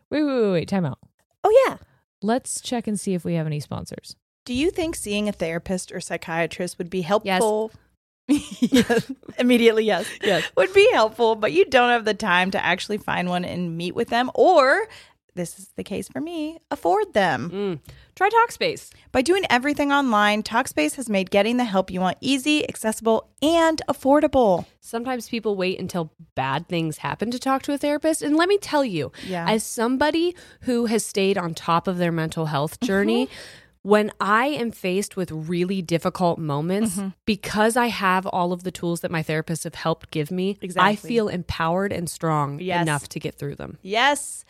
Speaker 2: wait, wait, wait, wait, time out.
Speaker 1: oh yeah.
Speaker 2: Let's check and see if we have any sponsors.
Speaker 3: Do you think seeing a therapist or psychiatrist would be helpful? yes. Immediately, yes.
Speaker 2: Yes.
Speaker 3: Would be helpful, but you don't have the time to actually find one and meet with them, or this is the case for me, afford them.
Speaker 1: Mm.
Speaker 2: Try Talkspace.
Speaker 3: By doing everything online, Talkspace has made getting the help you want easy, accessible, and affordable.
Speaker 4: Sometimes people wait until bad things happen to talk to a therapist. And let me tell you,
Speaker 3: Yeah.
Speaker 4: as somebody who has stayed on top of their mental health journey,
Speaker 2: Mm-hmm.
Speaker 4: when I am faced with really difficult moments,
Speaker 2: Mm-hmm.
Speaker 4: because I have all of the tools that my therapists have helped give me, I
Speaker 3: Exactly.
Speaker 4: feel empowered and strong
Speaker 1: Yes.
Speaker 4: enough to get through them.
Speaker 3: Yes.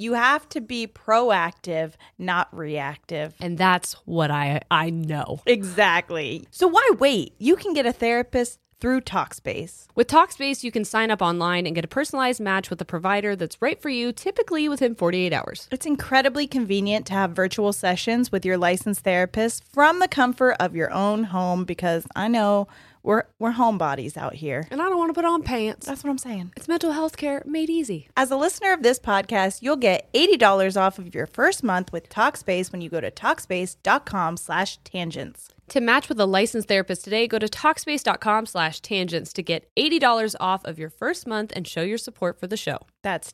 Speaker 1: you have to be proactive, not reactive.
Speaker 2: And that's what I I know.
Speaker 1: Exactly. So why wait? You can get a therapist through Talkspace.
Speaker 2: With Talkspace, you can sign up online and get a personalized match with a provider that's right for you, typically within 48 hours.
Speaker 1: It's incredibly convenient to have virtual sessions with your licensed therapist from the comfort of your own home because I know we're we're homebodies out here.
Speaker 2: And I don't want to put on pants.
Speaker 1: That's what I'm saying.
Speaker 2: It's mental health care made easy.
Speaker 1: As a listener of this podcast, you'll get $80 off of your first month with Talkspace when you go to Talkspace.com slash tangents.
Speaker 2: To match with a licensed therapist today, go to Talkspace.com slash tangents to get $80 off of your first month and show your support for the show.
Speaker 1: That's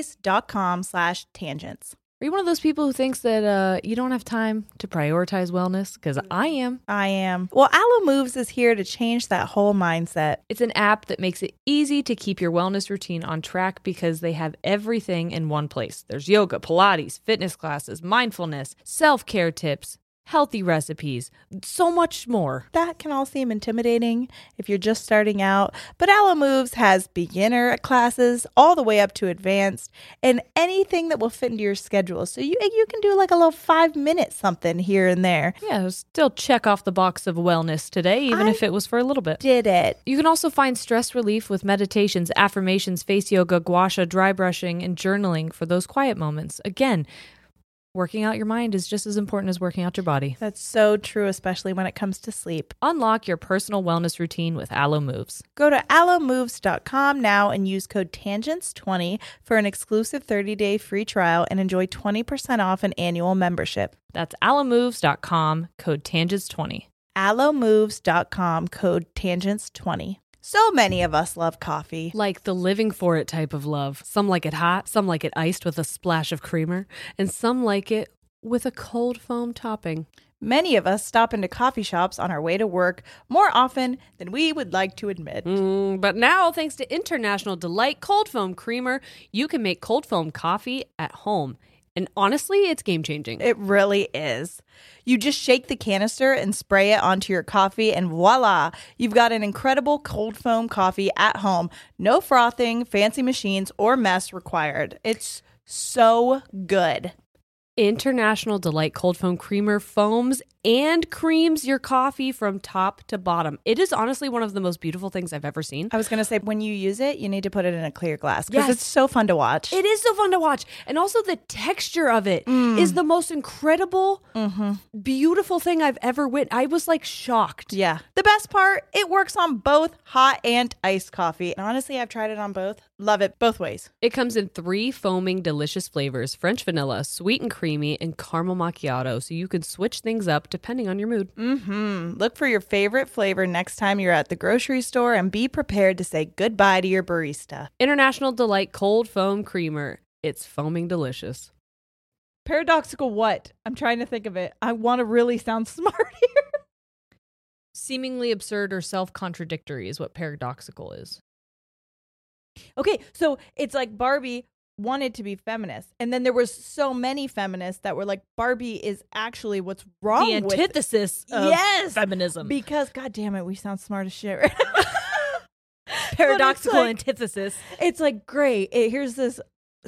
Speaker 1: Talkspace.com slash tangents.
Speaker 2: Are you one of those people who thinks that uh, you don't have time to prioritize wellness? Because I am.
Speaker 1: I am. Well, Allo Moves is here to change that whole mindset.
Speaker 2: It's an app that makes it easy to keep your wellness routine on track because they have everything in one place. There's yoga, Pilates, fitness classes, mindfulness, self care tips, healthy recipes, so much more.
Speaker 1: That can all seem intimidating if you're just starting out, but Allo Moves has beginner classes all the way up to advanced and anything that will fit into your schedule. So you you can do like a little 5 minute something here and there.
Speaker 2: Yeah, still check off the box of wellness today, even
Speaker 1: I
Speaker 2: if it was for a little bit.
Speaker 1: Did it.
Speaker 2: You can also find stress relief with meditations, affirmations, face yoga, gua sha, dry brushing, and journaling for those quiet moments. Again, working out your mind is just as important as working out your body.
Speaker 1: That's so true especially when it comes to sleep.
Speaker 2: Unlock your personal wellness routine with Allo Moves.
Speaker 1: Go to allomoves.com now and use code tangents20 for an exclusive 30-day free trial and enjoy 20% off an annual membership.
Speaker 2: That's allomoves.com, code tangents20.
Speaker 1: allomoves.com code tangents20. So many of us love coffee.
Speaker 2: Like the living for it type of love. Some like it hot, some like it iced with a splash of creamer, and some like it with a cold foam topping.
Speaker 1: Many of us stop into coffee shops on our way to work more often than we would like to admit.
Speaker 2: Mm, but now, thanks to International Delight Cold Foam Creamer, you can make cold foam coffee at home. And honestly, it's game changing.
Speaker 1: It really is. You just shake the canister and spray it onto your coffee, and voila, you've got an incredible cold foam coffee at home. No frothing, fancy machines, or mess required. It's so good.
Speaker 2: International Delight Cold Foam Creamer foams and creams your coffee from top to bottom. It is honestly one of the most beautiful things I've ever seen.
Speaker 1: I was going to say, when you use it, you need to put it in a clear glass because
Speaker 2: Yes.
Speaker 1: it's so fun to watch.
Speaker 2: It is so fun to watch. And also the texture of it is
Speaker 5: Mm.
Speaker 2: the most incredible,
Speaker 5: Mm-hmm.
Speaker 2: beautiful thing I've ever wit. I was like shocked.
Speaker 1: Yeah. The best part, it works on both hot and iced coffee. And honestly, I've tried it on both. Love it both ways.
Speaker 2: It comes in three foaming, delicious flavors French vanilla, sweet and creamy, and caramel macchiato. So you can switch things up depending on your mood.
Speaker 1: Mm, Look for your favorite flavor next time you're at the grocery store and be prepared to say goodbye to your barista.
Speaker 2: International Delight Cold Foam Creamer. It's foaming delicious.
Speaker 5: Paradoxical what? I'm trying to think of it. I want to really sound smart here.
Speaker 2: Seemingly absurd or self contradictory is what paradoxical is.
Speaker 5: Okay, so it's like Barbie wanted to be feminist, and then there was so many feminists that were like, Barbie is actually what's wrong
Speaker 2: the
Speaker 5: with
Speaker 2: antithesis of
Speaker 5: Yes,
Speaker 2: feminism.
Speaker 5: because God damn it, we sound smart as shit. Right
Speaker 2: paradoxical
Speaker 5: But it's
Speaker 2: antithesis.
Speaker 5: now. it's like great. It, here's this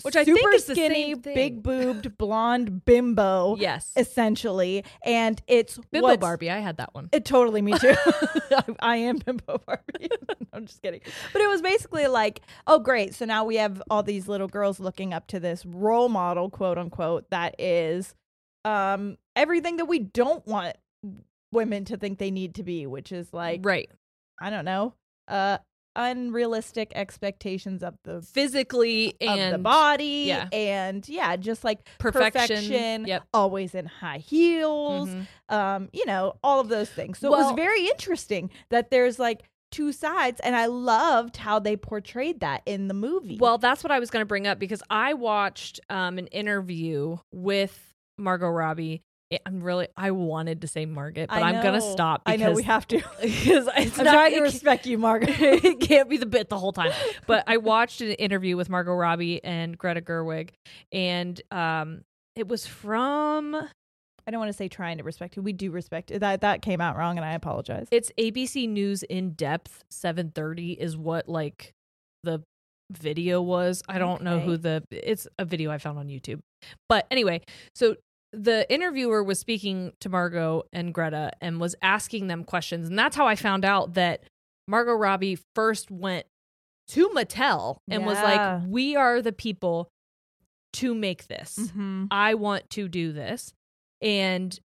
Speaker 2: Which
Speaker 5: super
Speaker 2: I think is the
Speaker 5: skinny,
Speaker 2: same thing.
Speaker 5: big boobed, blonde bimbo,
Speaker 2: Yes.
Speaker 5: essentially, and it's
Speaker 2: Bimbo
Speaker 5: Oh, what's-
Speaker 2: Barbie. I had that one.
Speaker 5: It totally me too. I- I am Bimbo Barbie. I'm just kidding. But it was basically like, oh great, so now we have all these little girls looking up to this role model, quote unquote, that is um everything that we don't want women to think they need to be, which is like
Speaker 2: right.
Speaker 5: I don't know, uh unrealistic expectations of the
Speaker 2: Physically
Speaker 5: of
Speaker 2: and
Speaker 5: the body
Speaker 2: yeah.
Speaker 5: and yeah, just like
Speaker 2: perfection. Yep.
Speaker 5: always in high heels
Speaker 2: Mhm.
Speaker 5: um, you know, all of those things. So it
Speaker 2: Well-
Speaker 5: was very interesting that there's like two sides, and I loved how they portrayed that in the movie.
Speaker 2: Well, that's what I was going to bring up because I watched um, an interview with Margot Robbie. I- I'm really I wanted to say Margaret, but
Speaker 5: I
Speaker 2: I'm going to
Speaker 5: know.
Speaker 2: stop
Speaker 5: I
Speaker 2: because
Speaker 5: know we have to.
Speaker 2: because it's
Speaker 5: I'm
Speaker 2: not-
Speaker 5: trying to
Speaker 2: it ca-
Speaker 5: respect you, Margaret.
Speaker 2: it can't be the bit the whole time. But I watched an interview with Margot Robbie and Greta Gerwig, and um, it was from
Speaker 5: I don't want to say trying to respect you. We do respect you. that. That came out wrong, and I apologize.
Speaker 2: it's ABC News in depth. Seven thirty is what like the video was. I don't know
Speaker 3: Okay.
Speaker 2: who the it's a video I found on YouTube. But anyway, so the interviewer was speaking to Margot and Greta and was asking them questions. And that's how I found out that Margot Robbie first went to Mattel and was
Speaker 3: Yeah.
Speaker 2: like, We are the people to make this.
Speaker 5: Mm-hmm.
Speaker 2: I want to do this. And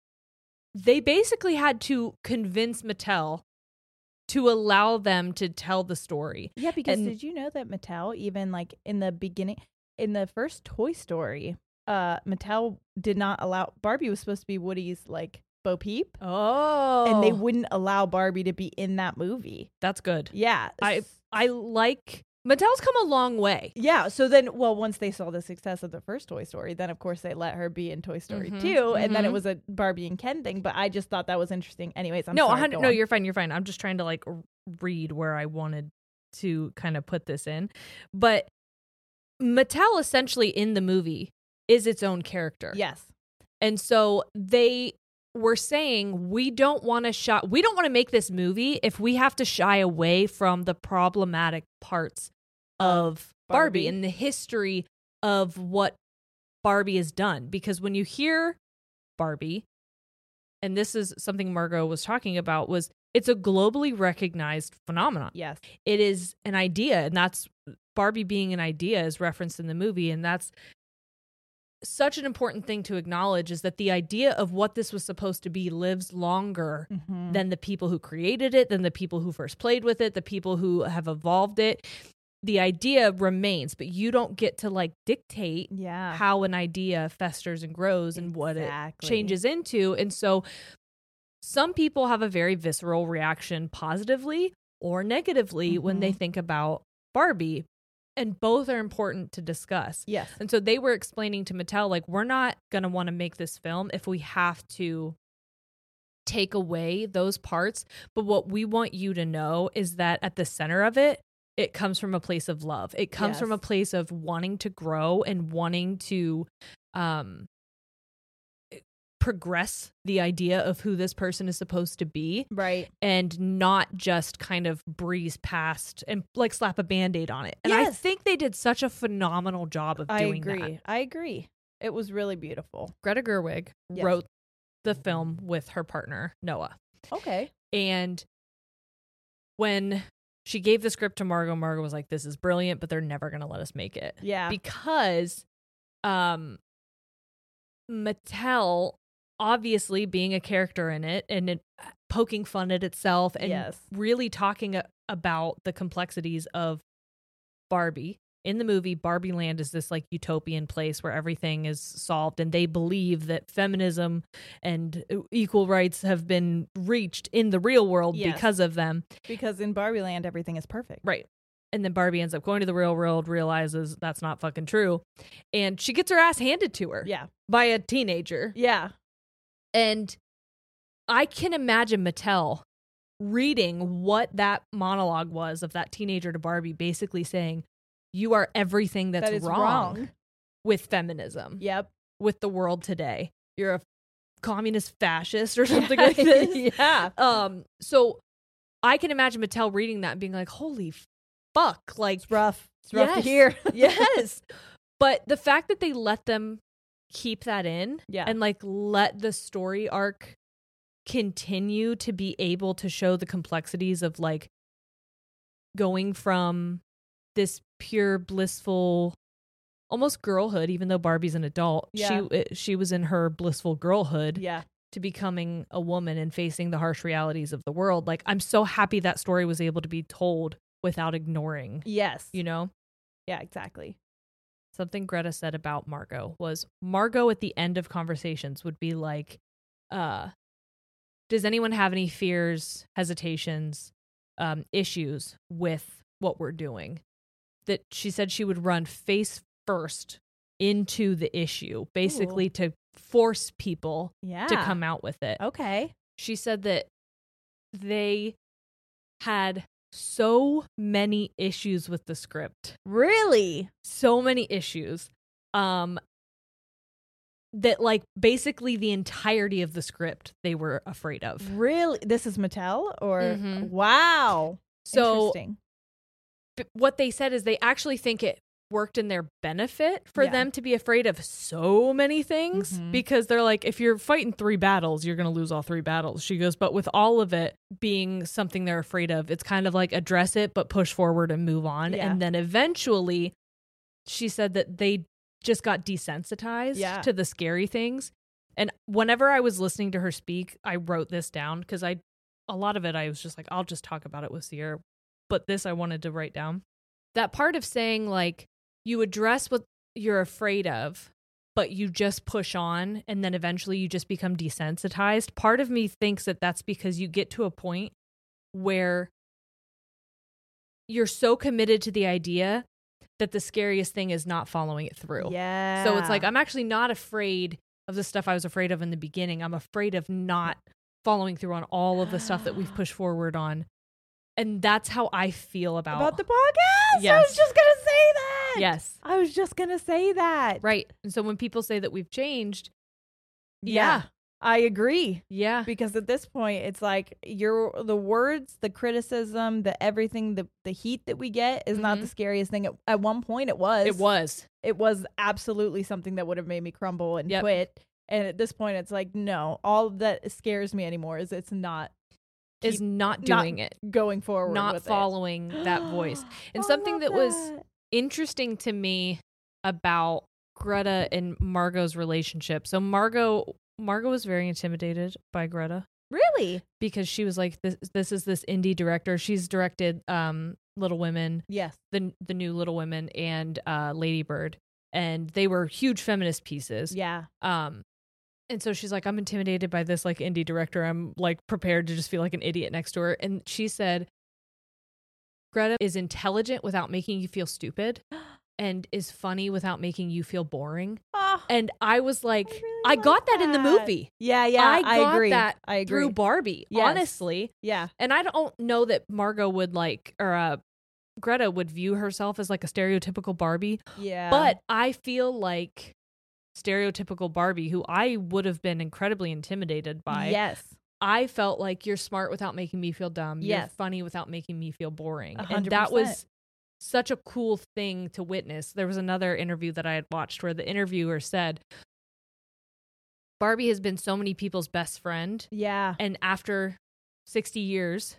Speaker 2: they basically had to convince Mattel to allow them to tell the story.
Speaker 1: Yeah, because
Speaker 2: And-
Speaker 1: did you know that Mattel even like in the beginning in the first Toy Story, uh Mattel did not allow Barbie was supposed to be Woody's like Bo Peep
Speaker 2: Oh.
Speaker 1: and they wouldn't allow Barbie to be in that movie.
Speaker 2: That's good.
Speaker 1: Yeah.
Speaker 2: I-
Speaker 1: s-
Speaker 2: I like Mattel's come a long way.
Speaker 1: yeah, so then well once they saw the success of the first Toy Story, then of course they let her be in Toy Story
Speaker 2: Mhm,
Speaker 1: 2 and then
Speaker 2: mhm.
Speaker 1: it was a Barbie and Ken thing, but I just thought that was interesting. Anyways, I'm
Speaker 2: no,
Speaker 1: sorry,
Speaker 2: 100
Speaker 1: go
Speaker 2: no,
Speaker 1: on.
Speaker 2: you're fine, you're fine. I'm just trying to like r- read where I wanted to kind of put this in. But Mattel essentially in the movie is its own character.
Speaker 1: Yes.
Speaker 2: And so they were saying we don't want to shy we don't want to make this movie if we have to shy away from the problematic parts of Barbie,
Speaker 1: Barbie.
Speaker 2: and the history of what Barbie has done because when you hear Barbie and this is something Margot was talking about was it's a globally recognized phenomenon
Speaker 1: Yes.
Speaker 2: it is an idea and that's barbie being an idea is referenced in the movie and that's such an important thing to acknowledge is that the idea of what this was supposed to be lives longer
Speaker 1: Mhm.
Speaker 2: than the people who created it than the people who first played with it the people who have evolved it the idea remains but you don't get to like dictate
Speaker 1: yeah.
Speaker 2: how an idea festers and grows and what it
Speaker 1: Mm-hmm. Exactly.
Speaker 2: changes into. And so some people have a very visceral reaction positively or negatively when they think about Barbie, and both are important to discuss.
Speaker 1: Yes.
Speaker 2: And so they were explaining to Mattel, like, we're not going to want to make this film if we have to take away those parts. But what we want you to know is that at the center of it, it comes from a place of love. It comes from a
Speaker 1: Yes.
Speaker 2: place of wanting to grow and wanting to um, eh, progress the idea of who this person is supposed to be
Speaker 1: Right.
Speaker 2: and not just kind of breeze past and like slap a band-aid on it. And I
Speaker 1: Yes.
Speaker 2: think they did such a phenomenal job of
Speaker 1: I
Speaker 2: doing
Speaker 1: agree.
Speaker 2: that.
Speaker 1: I agree. It was really beautiful.
Speaker 2: Greta Gerwig
Speaker 1: Yes.
Speaker 2: wrote the film with her partner, Noah.
Speaker 1: Okay.
Speaker 2: And when she gave the script to Margot, Margot was like, This is brilliant, but they're never gonna let us make it.
Speaker 1: Yeah.
Speaker 2: Because um Mattel obviously being a character in it and it, uh, poking fun at itself and
Speaker 1: yes.
Speaker 2: really talking a- about the complexities of Barbie. In the movie, Barbie Land is this like utopian place where everything is solved, and they believe that feminism and uh, equal rights have been reached in the real world
Speaker 1: Yes.
Speaker 2: because of them.
Speaker 1: Because in Barbie Land, everything is perfect.
Speaker 2: Right. And then Barbie ends up going to the real world, realizes that's not fucking true, and she gets her ass handed to her
Speaker 1: Yeah.
Speaker 2: by a teenager.
Speaker 1: Yeah.
Speaker 2: And I can imagine Mattel reading what that monologue was of that teenager to Barbie, basically saying, You are everything that's
Speaker 1: That is
Speaker 2: wrong,
Speaker 1: wrong.
Speaker 2: with feminism,
Speaker 1: Yep.
Speaker 2: with the world today. You're a communist fascist or something like this.
Speaker 1: yeah.
Speaker 2: Um, so I can imagine Mattel reading that and being like, Holy fuck, like
Speaker 1: It's rough. It's rough to
Speaker 2: Yes.
Speaker 1: hear.
Speaker 2: yes. But the fact that they let them keep that in
Speaker 1: Yeah.
Speaker 2: and like let the story arc continue to be able to show the complexities of like going from this pure blissful almost girlhood even though Barbie's an adult
Speaker 1: Yeah.
Speaker 2: she she was in her blissful girlhood
Speaker 1: yeah.
Speaker 2: to becoming a woman and facing the harsh realities of the world like I'm so happy that story was able to be told without ignoring
Speaker 1: Yes.
Speaker 2: you know
Speaker 1: yeah. Exactly.
Speaker 2: something Greta said about Margot was Margot at the end of conversations would be like, uh, does anyone have any fears, hesitations, um, issues with what we're doing? That she said she would run face first into the issue, basically to force people
Speaker 1: Yeah. Oh.
Speaker 2: to come out with it
Speaker 1: Okay.
Speaker 2: she said that they had so many issues with the script.
Speaker 1: Really?
Speaker 2: So many issues. Um that like basically the entirety of the script they were afraid of.
Speaker 1: Mm, Really? This is Mattel or
Speaker 2: Mhm.
Speaker 1: wow.
Speaker 2: So
Speaker 1: Interesting.
Speaker 2: b- what they said is they actually think it worked in their benefit for
Speaker 1: Yeah.
Speaker 2: them to be afraid of so many things
Speaker 1: Mhm.
Speaker 2: because they're like if you're fighting three battles you're going to lose all three battles she goes but with all of it being something they're afraid of it's kind of like address it but push forward and move on
Speaker 1: Yeah.
Speaker 2: and then eventually she said that they just got desensitized
Speaker 1: Yeah.
Speaker 2: to the scary things and whenever i was listening to her speak i wrote this down because i a lot of it i was just like i'll just talk about it with sierra but this i wanted to write down that part of saying like you address what you're afraid of but you just push on and then eventually you just become desensitized part of me thinks that that's because you get to a point where you're so committed to the idea that the scariest thing is not following it through
Speaker 1: Yeah.
Speaker 2: so it's like oh, I'm actually not afraid of the stuff I was afraid of in the beginning. I'm afraid of not following through on all of the stuff that we've pushed forward on. And that's how I feel about,
Speaker 1: about the podcast. I
Speaker 2: Yes.
Speaker 1: was just gonna say that.
Speaker 2: Yes.
Speaker 1: I was just gonna say that.
Speaker 2: Right. And so when people say that we've changed,
Speaker 1: Yeah. I agree.
Speaker 2: yeah.
Speaker 1: Because at this point it's like your the words, the criticism, the everything, the the heat that we get is not
Speaker 2: Mhm.
Speaker 1: the scariest thing. At, at one point it was.
Speaker 2: It was.
Speaker 1: It was absolutely something that would have made me crumble and
Speaker 2: Yep.
Speaker 1: quit. And at this point it's like, no, all that scares me anymore is it's not
Speaker 2: Is not
Speaker 1: not
Speaker 2: doing it,
Speaker 1: going forward.
Speaker 2: not
Speaker 1: with it.
Speaker 2: following that voice. And
Speaker 1: I
Speaker 2: something
Speaker 1: love
Speaker 2: that was
Speaker 1: that.
Speaker 2: interesting to me about Greta and Margot's relationship. So Margot Margot was very intimidated by Greta.
Speaker 1: really
Speaker 2: because she was like this this is this indie director she's directed um little women
Speaker 1: yes.
Speaker 2: the the new little women and uh ladybird and they were huge feminist pieces
Speaker 1: Yeah.
Speaker 2: um and so she's like i'm intimidated by this like indie director i'm like prepared to just feel like an idiot next to her and she said greta is intelligent without making you feel stupid and is funny without making you feel boring
Speaker 1: Oh,
Speaker 2: and i was like i,
Speaker 1: really like
Speaker 2: got that, in the
Speaker 1: that.
Speaker 2: movie
Speaker 1: yeah, yeah.
Speaker 2: I
Speaker 1: I,
Speaker 2: got
Speaker 1: agree.
Speaker 2: that
Speaker 1: I agree.
Speaker 2: through barbie
Speaker 1: Yes.
Speaker 2: honestly
Speaker 1: yeah.
Speaker 2: and I don't know that Margot would like or uh, Greta would view herself as like a stereotypical Barbie,
Speaker 1: Yeah.
Speaker 2: but I feel like stereotypical Barbie, who I would have been incredibly intimidated by.
Speaker 1: yes.
Speaker 2: I felt like you're smart without making me feel dumb. You're
Speaker 1: Yes.
Speaker 2: funny without making me feel boring.
Speaker 1: A
Speaker 2: And
Speaker 1: hundred
Speaker 2: that was
Speaker 1: percent.
Speaker 2: such a cool thing to witness. There was another interview that I had watched where the interviewer said, Barbie has been so many people's best friend
Speaker 1: Yeah.
Speaker 2: and after 60 years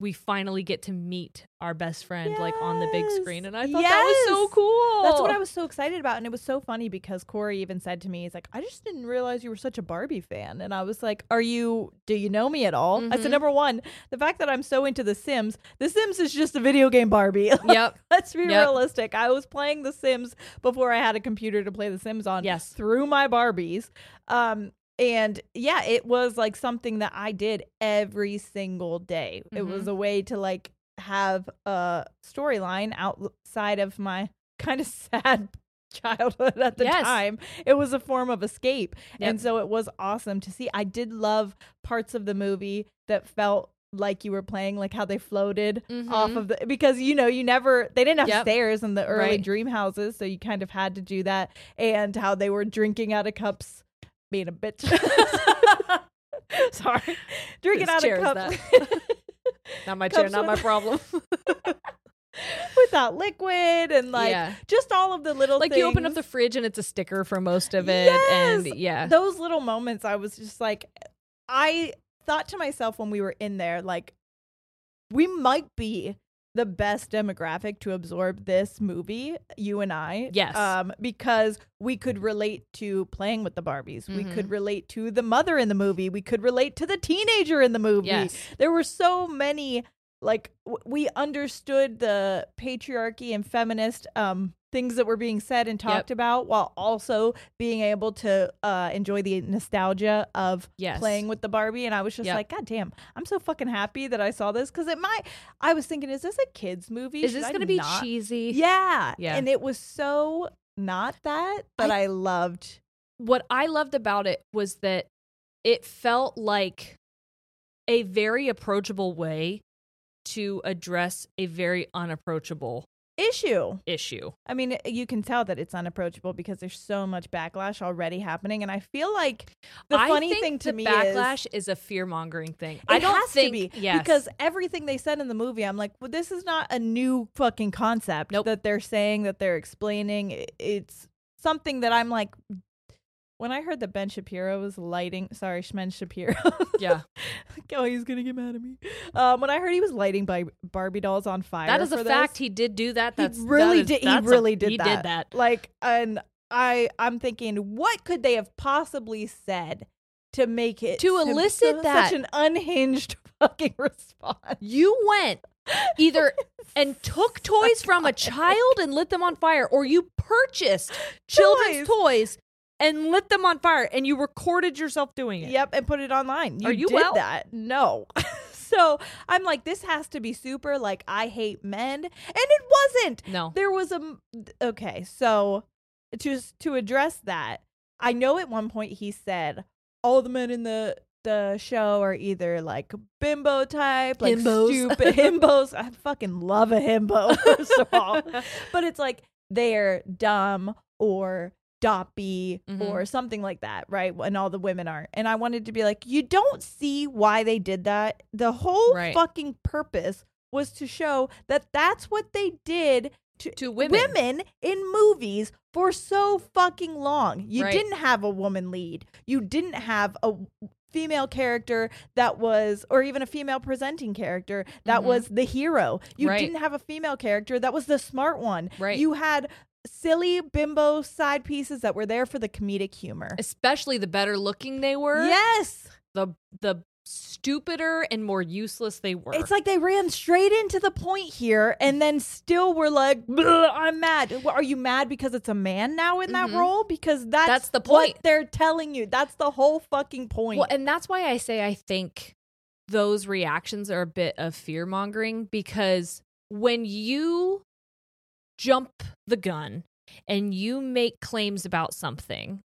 Speaker 2: we finally get to meet our best friend like on the big
Speaker 1: Yes.
Speaker 2: screen and i thought that was so
Speaker 1: Yes.
Speaker 2: cool
Speaker 1: That's what I was so excited about. And it was so funny because Corey even said to me, he's like, I just didn't realize you were such a Barbie fan. And I was like, Are you, do you know me at all? I
Speaker 2: Mhm.
Speaker 1: said, Number one, the fact that I'm so into The Sims, The Sims is just a video game Barbie.
Speaker 2: yep
Speaker 1: Let's be
Speaker 2: Yep.
Speaker 1: realistic. I was playing The Sims before I had a computer to play The Sims on
Speaker 2: Yes.
Speaker 1: through my Barbies. Um, and yeah, it was like something that I did every single day. It
Speaker 2: Mm-hmm.
Speaker 1: was a way to like have a storyline outside of my kind of sad childhood at the
Speaker 2: Yes.
Speaker 1: time. It was a form of escape.
Speaker 2: Yep.
Speaker 1: And so it was awesome to see. I did love parts of the movie that felt like you were playing, like how they floated off
Speaker 2: Mhm.
Speaker 1: of the because you know you never they didn't have
Speaker 2: Yep.
Speaker 1: stairs in the early
Speaker 2: Right.
Speaker 1: dream houses, so you kind of had to do that. And how they were drinking out of cups, being a bitch. Sorry, drinking
Speaker 2: This
Speaker 1: out
Speaker 2: chair
Speaker 1: of
Speaker 2: is
Speaker 1: cups
Speaker 2: not my
Speaker 1: Cups with-
Speaker 2: problem
Speaker 1: without liquid and like
Speaker 2: Yeah.
Speaker 1: just all of the little
Speaker 2: like you open up the
Speaker 1: things.
Speaker 2: fridge and it's a sticker for most of it and
Speaker 1: Yes!
Speaker 2: yeah
Speaker 1: those little moments. I was just like, I thought to myself when we were in there, like we might be the best demographic to absorb this movie, you and I.
Speaker 2: Yes.
Speaker 1: Um, because we could relate to playing with the Barbies. We
Speaker 2: Mhm.
Speaker 1: could relate to the mother in the movie. We could relate to the teenager in the movie.
Speaker 2: yes
Speaker 1: There were so many like w- we understood the patriarchy and feminist um things that were being said and talked about while also being able to uh enjoy the nostalgia of
Speaker 2: yes
Speaker 1: playing with the Barbie, and I was just
Speaker 2: Yep.
Speaker 1: like, God damn, I'm so fucking happy that I saw this because it might. I was thinking, is this a kids movie?
Speaker 2: is
Speaker 1: Should
Speaker 2: this
Speaker 1: I
Speaker 2: going to be
Speaker 1: not-
Speaker 2: cheesy
Speaker 1: Yeah,
Speaker 2: Yeah.
Speaker 1: And it was so not that, but I, loved.
Speaker 2: what I loved about it was that it felt like a very approachable way to address a very unapproachable
Speaker 1: issue.
Speaker 2: issue.
Speaker 1: I mean, eh, you can tell that it's unapproachable because there's so much backlash already happening. And I feel like the
Speaker 2: I
Speaker 1: funny
Speaker 2: think
Speaker 1: thing to
Speaker 2: the
Speaker 1: me is
Speaker 2: backlash is, a fear mongering thing. I
Speaker 1: It
Speaker 2: don't
Speaker 1: has
Speaker 2: think
Speaker 1: to be
Speaker 2: yes.
Speaker 1: because everything they said in the movie, I'm like, well, this is not a new fucking concept
Speaker 2: Nope.
Speaker 1: that they're saying that they're explaining. I- It's something that I'm like, when I heard that Ben Shapiro was lighting, sorry, Shmen Shapiro,
Speaker 2: yeah,
Speaker 1: like, oh, he's gonna get mad at me. Um, when I heard he was lighting by Barbie dolls on fire,
Speaker 2: that is
Speaker 1: for
Speaker 2: a
Speaker 1: this,
Speaker 2: fact. He did do that.
Speaker 1: He
Speaker 2: That's that
Speaker 1: really
Speaker 2: is-
Speaker 1: did- he
Speaker 2: that's a-
Speaker 1: really did
Speaker 2: He
Speaker 1: that.
Speaker 2: did that.
Speaker 1: like, and I, I'm thinking, what could they have possibly said? To make it
Speaker 2: To
Speaker 1: s-
Speaker 2: elicit that.
Speaker 1: such an unhinged fucking response.
Speaker 2: You went either and took toys from a child and lit them on fire, or you purchased children's toys and lit them on fire, and you recorded yourself doing it.
Speaker 1: Yep, and put it online. You,
Speaker 2: Are you
Speaker 1: did
Speaker 2: well?
Speaker 1: that. No. so I'm like, this has to be super. Like, I hate men, and it wasn't.
Speaker 2: No,
Speaker 1: There was a m- okay. So to to address that, I know at one point he said all the men in the the show are either like bimbo type, like
Speaker 2: Himbos.
Speaker 1: stupid himbos. I fucking love a himbo. First of all, but it's like they're dumb or doppy
Speaker 2: Mhm.
Speaker 1: or something like that, right? And all the women are. And I wanted to be like, you don't see why they did that. The whole
Speaker 2: Right.
Speaker 1: fucking purpose was to show that that's what they did to,
Speaker 2: to women.
Speaker 1: in movies for so fucking long. You
Speaker 2: Right.
Speaker 1: didn't have a woman lead. You didn't have a female character that was or even a female presenting character that
Speaker 2: Mhm.
Speaker 1: was the hero. You
Speaker 2: Right.
Speaker 1: didn't have a female character that was the smart one.
Speaker 2: Right.
Speaker 1: You had silly bimbo side pieces that were there for the comedic humor.
Speaker 2: Especially the better looking they were,
Speaker 1: Yes.
Speaker 2: the the stupider and more useless they were.
Speaker 1: It's like they ran straight into the point here and then still were like, "Bleh, I'm mad. Well, Are you mad because it's a man now in that
Speaker 2: Mhm.
Speaker 1: role? Because that's,
Speaker 2: That's the point.
Speaker 1: what they're telling you. That's the whole fucking point.
Speaker 2: Well, and that's why I say I think those reactions are a bit of fear mongering because when you jump the gun and you make claims about something,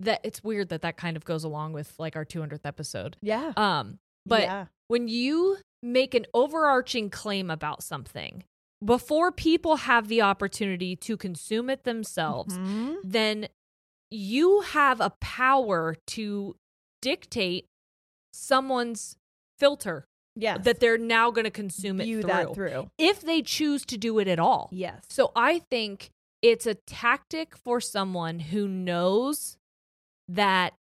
Speaker 2: that it's weird that that kind of goes along with like our 200th episode.
Speaker 1: yeah.
Speaker 2: Um, but
Speaker 1: yeah.
Speaker 2: when you make an overarching claim about something before people have the opportunity to consume it themselves,
Speaker 1: Mhm.
Speaker 2: then you have a power to dictate someone's filter
Speaker 1: Yes.
Speaker 2: that they're now going to consume it
Speaker 1: view
Speaker 2: through,
Speaker 1: that through.
Speaker 2: if they choose to do it at all.
Speaker 1: Yes.
Speaker 2: So I think it's a tactic for someone who knows that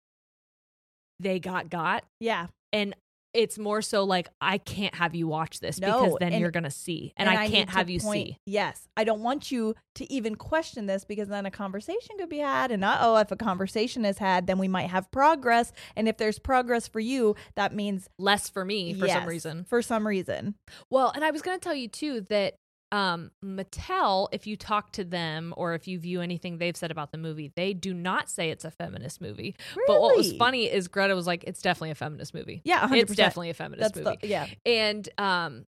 Speaker 2: they got got
Speaker 1: yeah.
Speaker 2: and it's more so like I can't have you watch this
Speaker 1: No,
Speaker 2: because then
Speaker 1: and-
Speaker 2: you're going to see and, I can't
Speaker 1: need to
Speaker 2: have you
Speaker 1: point-
Speaker 2: see.
Speaker 1: Yes. I don't want you to even question this because then a conversation could be had. And uh oh, if a conversation is had, then we might have progress. And if there's progress for you, that means
Speaker 2: Less for me for some
Speaker 1: yes,
Speaker 2: reason.
Speaker 1: For some reason.
Speaker 2: Well, and I was going to tell you too that um, Mattel, if you talk to them or if you view anything they've said about the movie, they do not say it's a feminist movie. But what was
Speaker 1: Really?
Speaker 2: funny is Greta was like, "It's definitely a feminist movie.
Speaker 1: Yeah, 100%.
Speaker 2: It's definitely a feminist
Speaker 1: That's
Speaker 2: movie."
Speaker 1: the yeah.
Speaker 2: and um,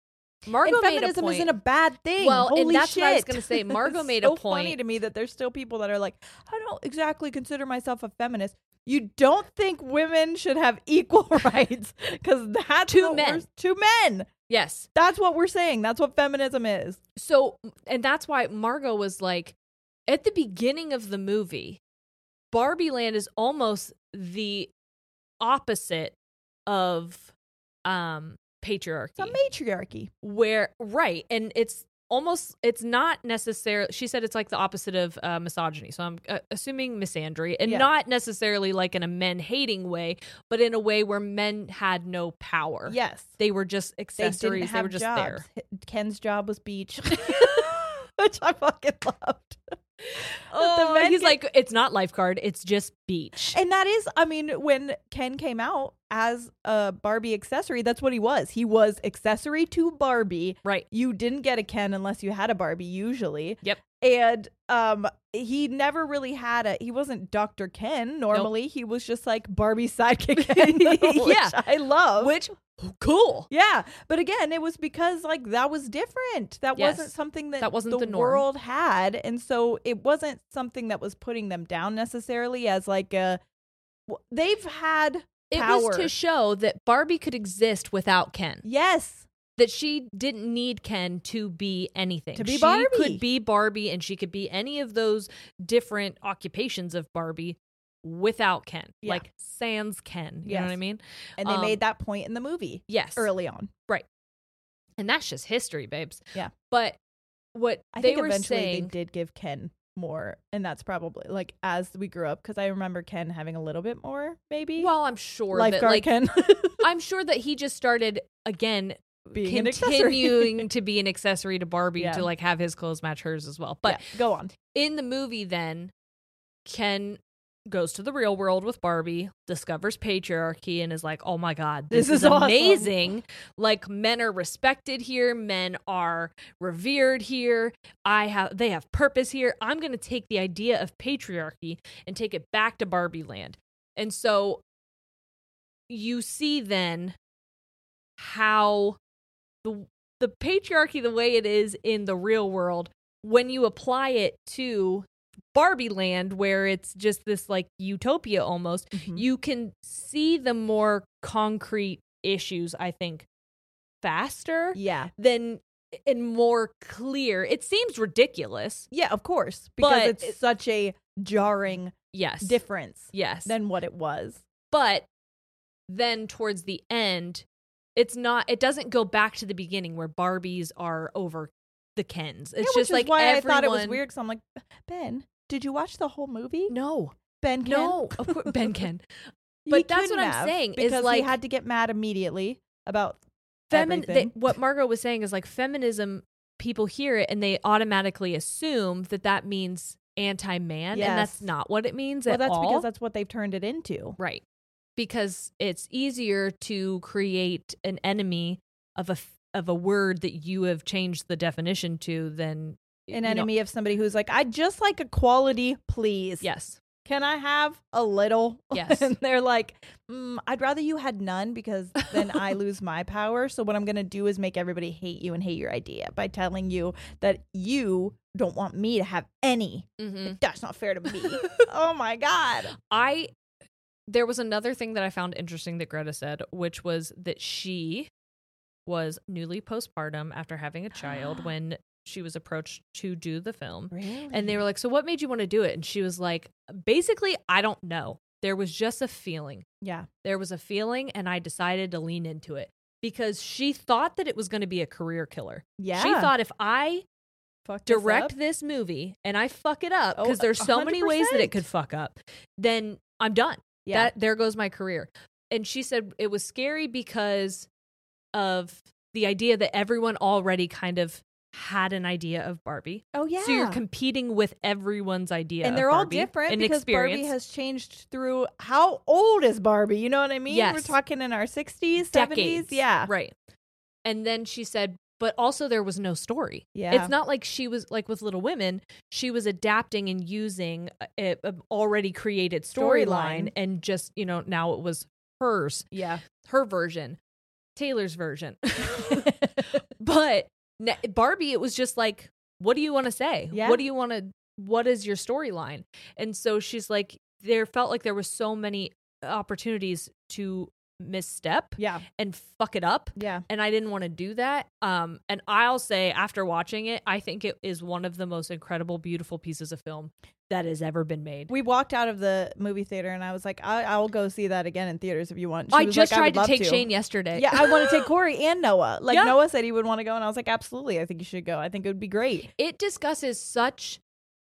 Speaker 2: Margot
Speaker 1: and
Speaker 2: made a
Speaker 1: feminism
Speaker 2: point.
Speaker 1: isn't a bad thing.
Speaker 2: Well, and
Speaker 1: Holy
Speaker 2: that's
Speaker 1: shit.
Speaker 2: what I was gonna say. Margot
Speaker 1: It's
Speaker 2: made a
Speaker 1: so Funny
Speaker 2: point.
Speaker 1: to me that there's still people that are like, I don't exactly consider myself a feminist. You don't think women should have equal rights because that's
Speaker 2: To
Speaker 1: what
Speaker 2: men.
Speaker 1: we're- to men.
Speaker 2: yes.
Speaker 1: That's what we're saying. That's what feminism is.
Speaker 2: So, and that's why Margot was like, at the beginning of the movie, Barbie Land is almost the opposite of um patriarchy.
Speaker 1: It's a matriarchy.
Speaker 2: where right and it's almost it's not necessarily she said it's like the opposite of uh, misogyny so i'm uh, assuming misandry and
Speaker 1: Yeah.
Speaker 2: not necessarily like in a men hating way but in a way where men had no power
Speaker 1: Yes.
Speaker 2: they were just
Speaker 1: They
Speaker 2: accessories
Speaker 1: didn't have
Speaker 2: were just
Speaker 1: jobs.
Speaker 2: there
Speaker 1: Ken's job was beach, which I fucking loved.
Speaker 2: oh,
Speaker 1: men
Speaker 2: he's
Speaker 1: get-
Speaker 2: like it's not lifeguard it's just beach
Speaker 1: And that is, I mean, when Ken came out as a Barbie accessory, that's what he was. He was accessory to Barbie.
Speaker 2: right
Speaker 1: You didn't get a Ken unless you had a Barbie, usually.
Speaker 2: Yep.
Speaker 1: And um, he never really had a. He wasn't Doctor Ken normally. He was just like Barbie sidekick Ken, which
Speaker 2: Yeah.
Speaker 1: I love.
Speaker 2: which cool
Speaker 1: yeah, but again, it was because like that was different. That
Speaker 2: Yes.
Speaker 1: wasn't something that
Speaker 2: That wasn't
Speaker 1: the,
Speaker 2: the norm.
Speaker 1: world had, and so it wasn't something that was putting them down necessarily as like a. w- They've had
Speaker 2: it was
Speaker 1: Power.
Speaker 2: to show that barbie could exist without ken
Speaker 1: yes,
Speaker 2: that she didn't need Ken to be anything.
Speaker 1: To be
Speaker 2: she
Speaker 1: Barbie.
Speaker 2: could be Barbie and she could be any of those different occupations of Barbie without Ken.
Speaker 1: Yeah.
Speaker 2: Like sans Ken. You know what I
Speaker 1: Yes.
Speaker 2: mean?
Speaker 1: And they
Speaker 2: Um,
Speaker 1: made that point in the movie
Speaker 2: Yes.
Speaker 1: early on.
Speaker 2: And that's just history, babes.
Speaker 1: Yeah.
Speaker 2: But what
Speaker 1: I
Speaker 2: they
Speaker 1: think
Speaker 2: were
Speaker 1: eventually
Speaker 2: saying
Speaker 1: they did give Ken more, and that's probably like as we grew up because I remember Ken having a little bit more, maybe.
Speaker 2: well, I'm sure that
Speaker 1: lifeguard
Speaker 2: like
Speaker 1: Ken.
Speaker 2: I'm sure that he just started again
Speaker 1: Being an accessory.
Speaker 2: continuing to be an accessory to Barbie
Speaker 1: Yeah.
Speaker 2: to like have his clothes match hers as well. But
Speaker 1: Yeah, go on.
Speaker 2: in the movie then Ken goes to the real world with Barbie, discovers patriarchy and is like, "Oh my god, this,
Speaker 1: This
Speaker 2: is,
Speaker 1: is awesome."
Speaker 2: amazing. Like men are respected here, men are revered here. I have they have purpose here. I'm going to take the idea of patriarchy and take it back to Barbie land." And so you see then how the the patriarchy the way it is in the real world when you apply it to Barbie land where it's just this like utopia almost
Speaker 1: Mhm.
Speaker 2: you can see the more concrete issues i think faster
Speaker 1: Yeah,
Speaker 2: than and more clear it seems ridiculous
Speaker 1: yeah, of course, because
Speaker 2: But
Speaker 1: it's
Speaker 2: it-
Speaker 1: such a jarring
Speaker 2: yes
Speaker 1: difference
Speaker 2: yes
Speaker 1: than what it was.
Speaker 2: but then towards the end it's not it doesn't go back to the beginning where barbies are over the kens it's
Speaker 1: Yeah, which is
Speaker 2: just like
Speaker 1: why
Speaker 2: everyone,
Speaker 1: I thought it was weird. So I'm like, Ben, did you watch the whole movie?
Speaker 2: no
Speaker 1: Ben, Ken?
Speaker 2: no of course ben ken
Speaker 1: He
Speaker 2: but that's
Speaker 1: couldn't
Speaker 2: what I'm
Speaker 1: have,
Speaker 2: saying, is
Speaker 1: because
Speaker 2: like-
Speaker 1: he had to get mad immediately about
Speaker 2: Femin-
Speaker 1: everything.
Speaker 2: that what Margot was saying is like feminism. People hear it and they automatically assume that that means anti-man, and that's
Speaker 1: Yes.
Speaker 2: not what it means
Speaker 1: well,
Speaker 2: at
Speaker 1: that's
Speaker 2: all.
Speaker 1: because that's what they've turned it into.
Speaker 2: right, because it's easier to create an enemy of a f- of a word that you have changed the definition to than you
Speaker 1: an
Speaker 2: know-
Speaker 1: enemy of somebody who's like, I just like equality, please.
Speaker 2: yes,
Speaker 1: Can I have a little?
Speaker 2: Yes.
Speaker 1: and they're like, mm, I'd rather you had none because then I lose my power. So what I'm going to do is make everybody hate you and hate your idea by telling you that you don't want me to have any.
Speaker 2: mm-hmm.
Speaker 1: That's not fair to me. oh my God.
Speaker 2: I there was another thing that I found interesting that Greta said, which was that she was newly postpartum after having a child when she was approached to do the film.
Speaker 1: Really?
Speaker 2: And they were like, "So what made you want to do it?" And she was like, "Basically, I don't know. There was just a feeling.
Speaker 1: yeah.
Speaker 2: There was a feeling and I decided to lean into it because she thought that it was going to be a career killer.
Speaker 1: Yeah.
Speaker 2: She thought if I
Speaker 1: Fuck this
Speaker 2: direct
Speaker 1: up.
Speaker 2: this movie and I fuck it up
Speaker 1: Oh,
Speaker 2: because there's so many ways that it
Speaker 1: 100%.
Speaker 2: could fuck up, then I'm done.
Speaker 1: Yeah.
Speaker 2: That there goes my career. And she said it was scary because of the idea that everyone already kind of had an idea of Barbie.
Speaker 1: oh, yeah.
Speaker 2: So you're competing with everyone's idea.
Speaker 1: and
Speaker 2: of
Speaker 1: they're all
Speaker 2: Barbie
Speaker 1: different
Speaker 2: and
Speaker 1: because
Speaker 2: experience.
Speaker 1: Barbie has changed through how old is Barbie? You know what I mean? We're
Speaker 2: Yes.
Speaker 1: talking in our 60s, 70s.
Speaker 2: decades.
Speaker 1: Yeah.
Speaker 2: Right. And then she said, but also there was no story.
Speaker 1: Yeah.
Speaker 2: It's not like she was like with Little Women, she was adapting and using a, a already created storyline
Speaker 1: Storyline.
Speaker 2: and just, you know, now it was hers,
Speaker 1: yeah.
Speaker 2: her version, Taylor's version. but na- Barbie it was just like what do you want to say?
Speaker 1: Yeah.
Speaker 2: What do you want to what is your storyline? And so she's like there felt like there was so many opportunities to misstep
Speaker 1: Yeah.
Speaker 2: and fuck it up
Speaker 1: Yeah.
Speaker 2: and I didn't want to do that. Um, and I'll say after watching it, I think it is one of the most incredible, beautiful pieces of film that has ever been made.
Speaker 1: We walked out of the movie theater and I was like, I, I will go see that again in theaters if you want. She
Speaker 2: I
Speaker 1: was
Speaker 2: just
Speaker 1: like, I would
Speaker 2: tried
Speaker 1: love
Speaker 2: to take Shane yesterday.
Speaker 1: Yeah, I want to take Corey and Noah. Like
Speaker 2: Yeah.
Speaker 1: Noah said he would want to go, and I was like, absolutely. I think you should go. I think it would be great.
Speaker 2: it discusses such,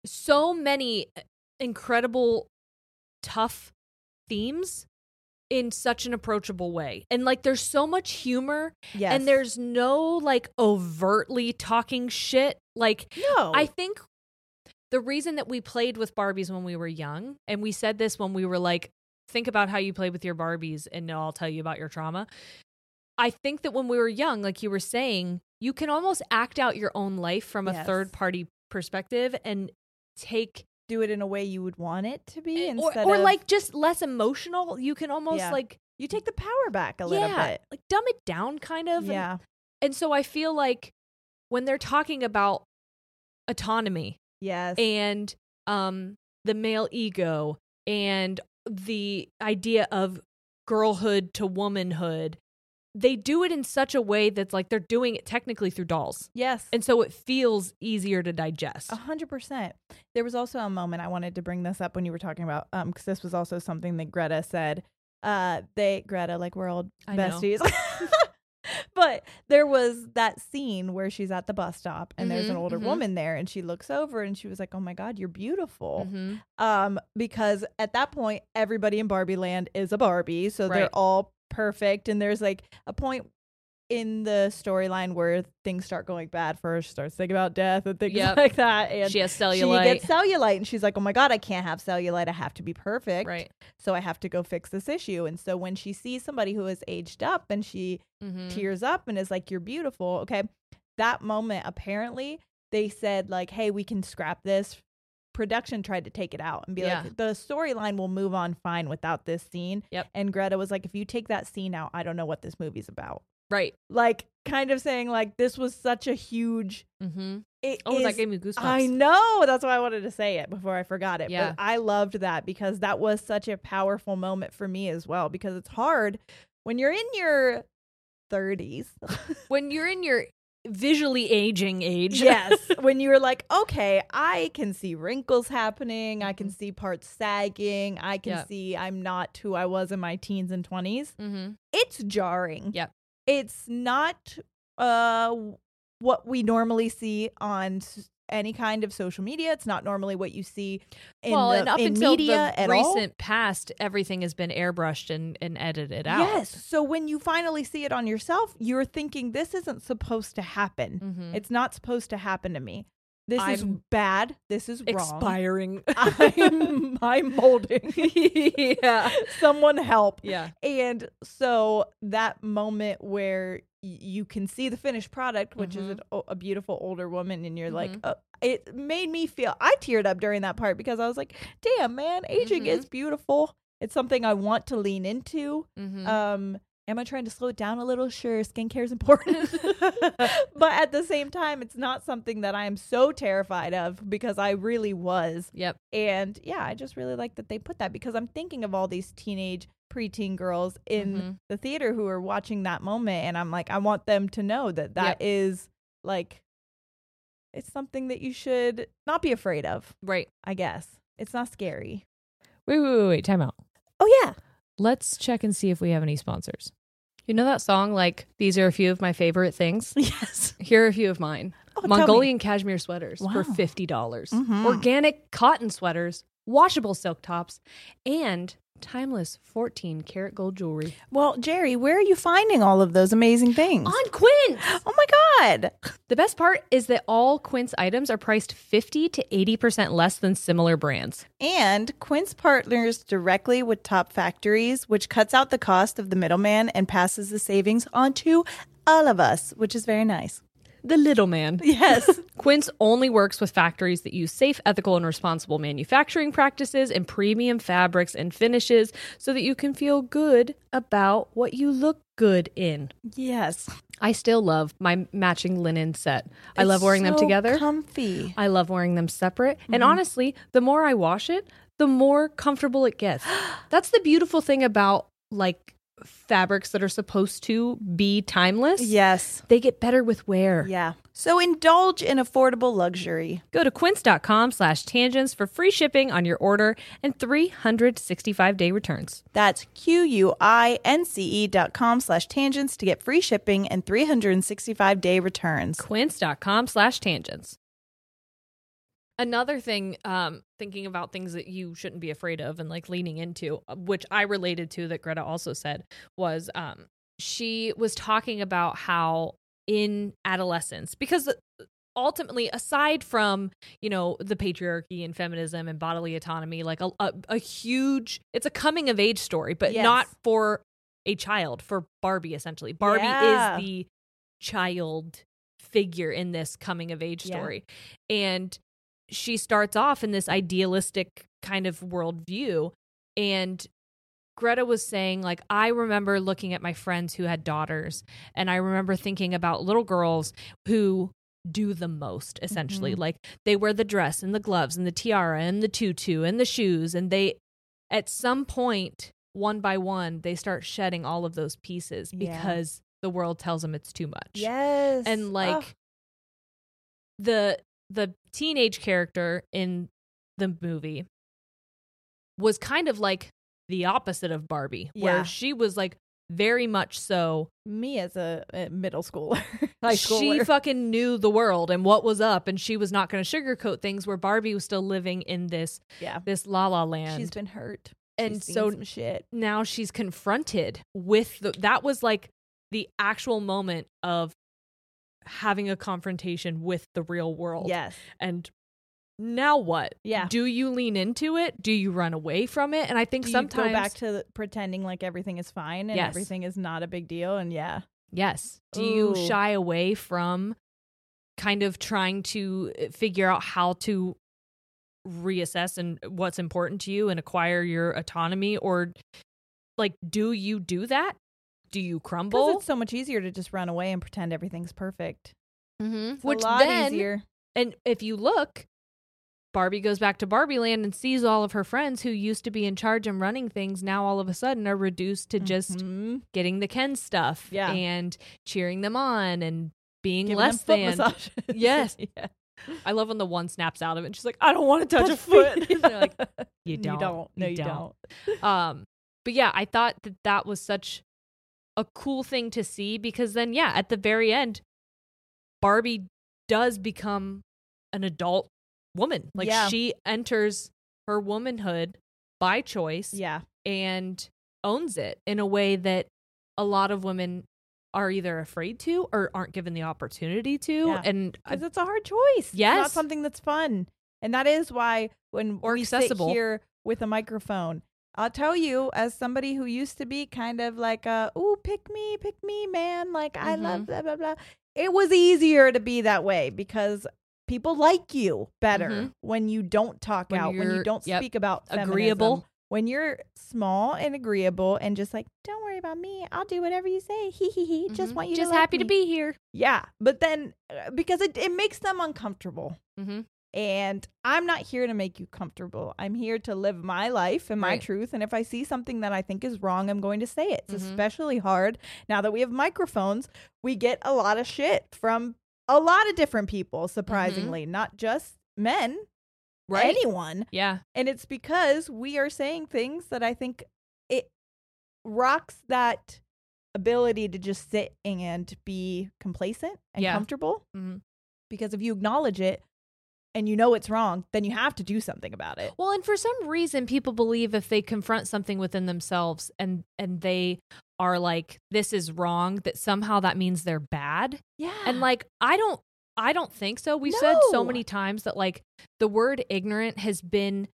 Speaker 2: so many uh, incredible, tough themes in such an approachable way. And like, there's so much humor,
Speaker 1: Yes.
Speaker 2: and there's no like overtly talking shit. Like,
Speaker 1: no.
Speaker 2: I think the reason that we played with Barbies when we were young, and we said this when we were like, think about how you played with your Barbies, and I'll tell you about your trauma. I think that when we were young, like you were saying, you can almost act out your own life from a
Speaker 1: Yes.
Speaker 2: third party perspective and take
Speaker 1: do it in a way you would want it to be
Speaker 2: Eh, or,
Speaker 1: instead
Speaker 2: or
Speaker 1: of
Speaker 2: like just less emotional. You can almost
Speaker 1: Yeah.
Speaker 2: like
Speaker 1: you take the power back a little
Speaker 2: yeah,
Speaker 1: bit.
Speaker 2: like dumb it down kind of. and-
Speaker 1: Yeah.
Speaker 2: and so I feel like when they're talking about autonomy
Speaker 1: Yes.
Speaker 2: and um the male ego and the idea of girlhood to womanhood they do it in such a way that's like they're doing it technically through dolls.
Speaker 1: Yes.
Speaker 2: And so it feels easier to digest.
Speaker 1: A hundred percent. There was also a moment I wanted to bring this up when you were talking about um because this was also something that Greta said. Uh, they Greta like we're old
Speaker 2: I know.
Speaker 1: besties. but there was that scene where she's at the bus stop and there's an
Speaker 2: Mhm,
Speaker 1: older
Speaker 2: mhm.
Speaker 1: woman there and she looks over and she was like, "Oh my god, you're beautiful."
Speaker 2: Mhm.
Speaker 1: Um, because at that point everybody in Barbie Land is a Barbie, so
Speaker 2: Right.
Speaker 1: they're all perfect. And there's like a point. In the storyline where things start going bad for her, she starts thinking about death and things
Speaker 2: Yep.
Speaker 1: like that. And
Speaker 2: She has
Speaker 1: she
Speaker 2: cellulite.
Speaker 1: gets cellulite and she's like, "Oh my god, I can't have cellulite. I have to be perfect.
Speaker 2: right.
Speaker 1: So I have to go fix this issue." And so when she sees somebody who is aged up and she
Speaker 2: Mhm.
Speaker 1: tears up and is like, "You're beautiful." Okay. That moment apparently they said like, "Hey, we can scrap this." Production tried to take it out and be
Speaker 2: Yeah.
Speaker 1: like, "The storyline will move on fine without this scene."
Speaker 2: Yep.
Speaker 1: And Greta was like, "If you take that scene out, I don't know what this movie's about."
Speaker 2: Right.
Speaker 1: Like kind of saying like this was such a huge
Speaker 2: Mm-hmm.
Speaker 1: it
Speaker 2: Oh, that
Speaker 1: is
Speaker 2: gave me goosebumps.
Speaker 1: I know. That's why I wanted to say it before I forgot it.
Speaker 2: Yeah.
Speaker 1: But I loved that because that was such a powerful moment for me as well. Because it's hard when you're in your 30s.
Speaker 2: When you're in your visually aging age.
Speaker 1: yes. When you're like, okay, I can see wrinkles happening. I
Speaker 2: Mm-hmm.
Speaker 1: can see parts sagging. I can
Speaker 2: Yeah.
Speaker 1: see I'm not who I was in my teens and 20s.
Speaker 2: Mm-hmm.
Speaker 1: It's jarring.
Speaker 2: Yep.
Speaker 1: It's not uh, what we normally see on. s- any kind of social media, it's not normally what you see in,
Speaker 2: well,
Speaker 1: the,
Speaker 2: and up
Speaker 1: in
Speaker 2: until
Speaker 1: media
Speaker 2: the
Speaker 1: at all.
Speaker 2: recent past, everything has been airbrushed and, and edited out.
Speaker 1: Yes. So when you finally see it on yourself, you're thinking this isn't supposed to happen.
Speaker 2: Mhm.
Speaker 1: It's not supposed to happen to me. This is
Speaker 2: I'm
Speaker 1: bad. This is wrong.
Speaker 2: Expiring.
Speaker 1: I'm, I'm molding.
Speaker 2: yeah.
Speaker 1: Someone help.
Speaker 2: Yeah.
Speaker 1: And so that moment where y- you can see the finished product, which is
Speaker 2: Mhm.
Speaker 1: an, o- a beautiful older woman, and you're like, oh, it made me feel. I teared up during that part because I was like, damn, man, aging
Speaker 2: Mhm.
Speaker 1: is beautiful. It's something I want to lean into.
Speaker 2: Mm-hmm.
Speaker 1: Um, am I trying to slow it down a little? Sure, skincare is important. but at the same time, it's not something that I am so terrified of because I really was.
Speaker 2: yep.
Speaker 1: And yeah, I just really like that they put that because I'm thinking of all these teenage preteen girls in
Speaker 2: Mhm.
Speaker 4: Mm-hmm.
Speaker 1: the theater who are watching that moment and I'm like I want them to know that that is like it's something that you should not be afraid of,
Speaker 2: Right.
Speaker 1: I guess. It's not scary.
Speaker 4: Wait, wait, wait, wait. Time out.
Speaker 1: Oh yeah.
Speaker 4: Let's check and see if we have any sponsors. You know that song, like, these are a few of my favorite things?
Speaker 2: Yes.
Speaker 4: Here are a few of mine
Speaker 1: Oh, tell me.
Speaker 4: Mongolian cashmere sweaters
Speaker 1: Wow.
Speaker 4: for $50, dollars
Speaker 1: Mhm.
Speaker 4: organic cotton sweaters, washable silk tops, and timeless 14 karat gold jewelry.
Speaker 3: Well, Jerry, where are you finding all of those amazing things?
Speaker 4: On Quince!
Speaker 3: Oh my God.
Speaker 4: The best part is that all Quince items are priced 50 to 80% less than similar brands.
Speaker 3: And Quince partners directly with top factories, which cuts out the cost of the middleman and passes the savings on to all of us, which is very nice.
Speaker 4: The little man.
Speaker 3: Yes.
Speaker 4: Quince only works with factories that use safe, ethical, and responsible manufacturing practices and premium fabrics and finishes so that you can feel good about what you look good in.
Speaker 3: yes.
Speaker 4: I still love my matching linen set. I love wearing them
Speaker 3: So
Speaker 4: together.
Speaker 3: Comfy.
Speaker 4: I love wearing them separate. And honestly, the more I wash it, the more comfortable it gets. That's the beautiful thing about like fabrics that are supposed to be timeless.
Speaker 3: Yes.
Speaker 4: They get better with wear.
Speaker 3: Yeah. So indulge in affordable luxury.
Speaker 4: Go to quince.com slash tangents for free shipping on your order and 365 day returns.
Speaker 3: That's Q U I N C E dot com slash tangents to get free shipping and 365 day returns.
Speaker 4: Quince.com slash tangents.
Speaker 2: Another thing, um, thinking about things that you shouldn't be afraid of and like leaning into, uh, which I related to that Greta also said, was um, she was talking about how in adolescence, because uh, ultimately, aside from, you know, the patriarchy and feminism and bodily autonomy, like a, a, a huge, it's a coming of age story, but
Speaker 1: Yes.
Speaker 2: not for a child, for Barbie essentially. Barbie
Speaker 1: Yeah.
Speaker 2: is the child figure in this coming of age
Speaker 1: Yeah.
Speaker 2: story. And she starts off in this idealistic kind of worldview. And Greta was saying, like, I remember looking at my friends who had daughters, and I remember thinking about little girls who do the most essentially.
Speaker 1: Mm-hmm.
Speaker 2: Like, they wear the dress and the gloves and the tiara and the tutu and the shoes, and they, at some point, one by one, they start shedding all of those pieces
Speaker 1: Yeah.
Speaker 2: because the world tells them it's too much.
Speaker 1: Yes.
Speaker 2: And like
Speaker 3: Ah.
Speaker 1: Ugh.
Speaker 2: the the teenage character in the movie was kind of like the opposite of Barbie,
Speaker 1: Yeah.
Speaker 2: where she was like very much so
Speaker 1: me as a, a middle schooler,
Speaker 2: she fucking knew the world and what was up and she was not going to sugarcoat things where barbie was still living in this
Speaker 1: yeah,
Speaker 2: this la la land
Speaker 1: she's been hurt
Speaker 2: and
Speaker 1: She's seen
Speaker 2: so-
Speaker 1: some shit.
Speaker 2: now she's confronted with the, that was like the actual moment of having a confrontation with the real world
Speaker 1: Yes.
Speaker 2: and now what
Speaker 1: Yeah.
Speaker 2: do you lean into it do you run away from it and i think
Speaker 1: Do you
Speaker 2: sometimes
Speaker 1: go back to the- pretending like everything is fine and
Speaker 2: Yes.
Speaker 1: everything is not a big deal. And yeah,
Speaker 2: Yes. Do you
Speaker 1: Ooh.
Speaker 2: shy away from kind of trying to uh, figure out how to reassess and what's important to you and acquire your autonomy or like do you do that? Do you
Speaker 1: because
Speaker 2: crumble?
Speaker 1: it's so much easier to just run away and pretend everything's perfect.
Speaker 2: Mm-hmm.
Speaker 1: It's
Speaker 2: Which
Speaker 1: a lot
Speaker 2: then
Speaker 1: easier.
Speaker 2: and if you look Barbie goes back to Barbie land and sees all of her friends who used to be in charge and running things now all of a sudden are reduced to just
Speaker 1: Mhm.
Speaker 2: getting the Ken stuff
Speaker 1: Yeah.
Speaker 2: and cheering them on and being
Speaker 1: Giving them
Speaker 2: less
Speaker 1: foot
Speaker 2: than.
Speaker 1: massages.
Speaker 2: Yes.
Speaker 1: yeah.
Speaker 2: I love when the one snaps out of it. And she's like, I don't want to touch
Speaker 1: Touch
Speaker 2: a foot.
Speaker 1: feet.
Speaker 2: They're like, you don't.
Speaker 1: No, you, don't.
Speaker 2: Um, but yeah, I thought that that was such a cool thing to see because then, yeah, at the very end, Barbie does become an adult woman. Like
Speaker 1: Yeah.
Speaker 2: she enters her womanhood by choice
Speaker 1: Yeah.
Speaker 2: and owns it in a way that a lot of women are either afraid to or aren't given the opportunity to.
Speaker 1: Yeah.
Speaker 2: And I-
Speaker 1: because it's a hard choice. it's not
Speaker 2: Yes.
Speaker 1: something that's fun, and that is why when
Speaker 2: Or
Speaker 1: we
Speaker 2: accessible.
Speaker 1: sit here with a microphone, I'll tell you, as somebody who used to be kind of like a "ooh, pick me, pick me, man," like I
Speaker 2: Mm-hmm.
Speaker 1: love blah blah blah. It was easier to be that way because people like you better
Speaker 2: Mhm.
Speaker 1: when you don't talk
Speaker 2: When
Speaker 1: out, when you
Speaker 2: you're-
Speaker 1: don't
Speaker 2: yep,
Speaker 1: speak about feminism,
Speaker 2: agreeable.
Speaker 1: When you're small and agreeable and just like, don't worry about me, I'll do whatever you say. Hee hee hee. Just
Speaker 2: Mhm.
Speaker 1: want you
Speaker 2: just
Speaker 1: to like
Speaker 2: happy to
Speaker 1: me."
Speaker 2: be here.
Speaker 1: Yeah, but then uh, because it it makes them uncomfortable.
Speaker 2: Mhm.
Speaker 1: And I'm not here to make you comfortable. I'm here to live my life and my
Speaker 2: Right.
Speaker 1: truth. And if I see something that I think is wrong, I'm going to say it. It's
Speaker 2: Mhm.
Speaker 1: especially hard now that we have microphones. We get a lot of shit from a lot of different people, surprisingly, not just men, anyone.
Speaker 2: Yeah.
Speaker 1: And it's because we are saying things that I think it rocks that ability to just sit and be complacent and
Speaker 2: Yeah.
Speaker 1: comfortable.
Speaker 2: Mhm.
Speaker 1: Because if you acknowledge it and you know it's wrong, then you have to do something about it.
Speaker 2: Well, and for some reason people believe if they confront something within themselves and and they are like this is wrong that somehow that means they're bad.
Speaker 1: Yeah.
Speaker 2: And like I don't I don't think so. We've said so
Speaker 1: No.
Speaker 2: many times that like the word ignorant has been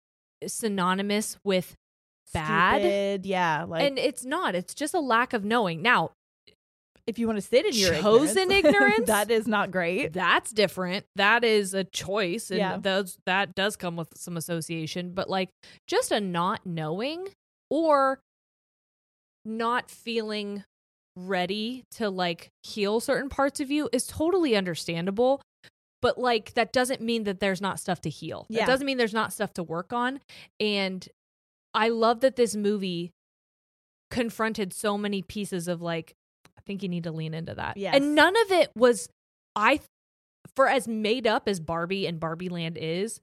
Speaker 2: synonymous with bad.
Speaker 1: Stupid, Yeah. Like
Speaker 2: and it's not. It's just a lack of knowing. Now,
Speaker 1: if you want to sit in your
Speaker 2: Chosen ignorance?
Speaker 1: that is not great.
Speaker 2: that's different. That is a choice, and
Speaker 1: Yeah.
Speaker 2: those that does come with some association. But like just a not knowing or not feeling ready to like heal certain parts of you is totally understandable. But like that doesn't mean that there's not stuff to heal. It
Speaker 1: Yeah.
Speaker 2: doesn't mean there's not stuff to work on. And I love that this movie confronted so many pieces of like I think you need to lean into that.
Speaker 1: Yes.
Speaker 2: And none of it was I for as made up as Barbie and Barbie Land is,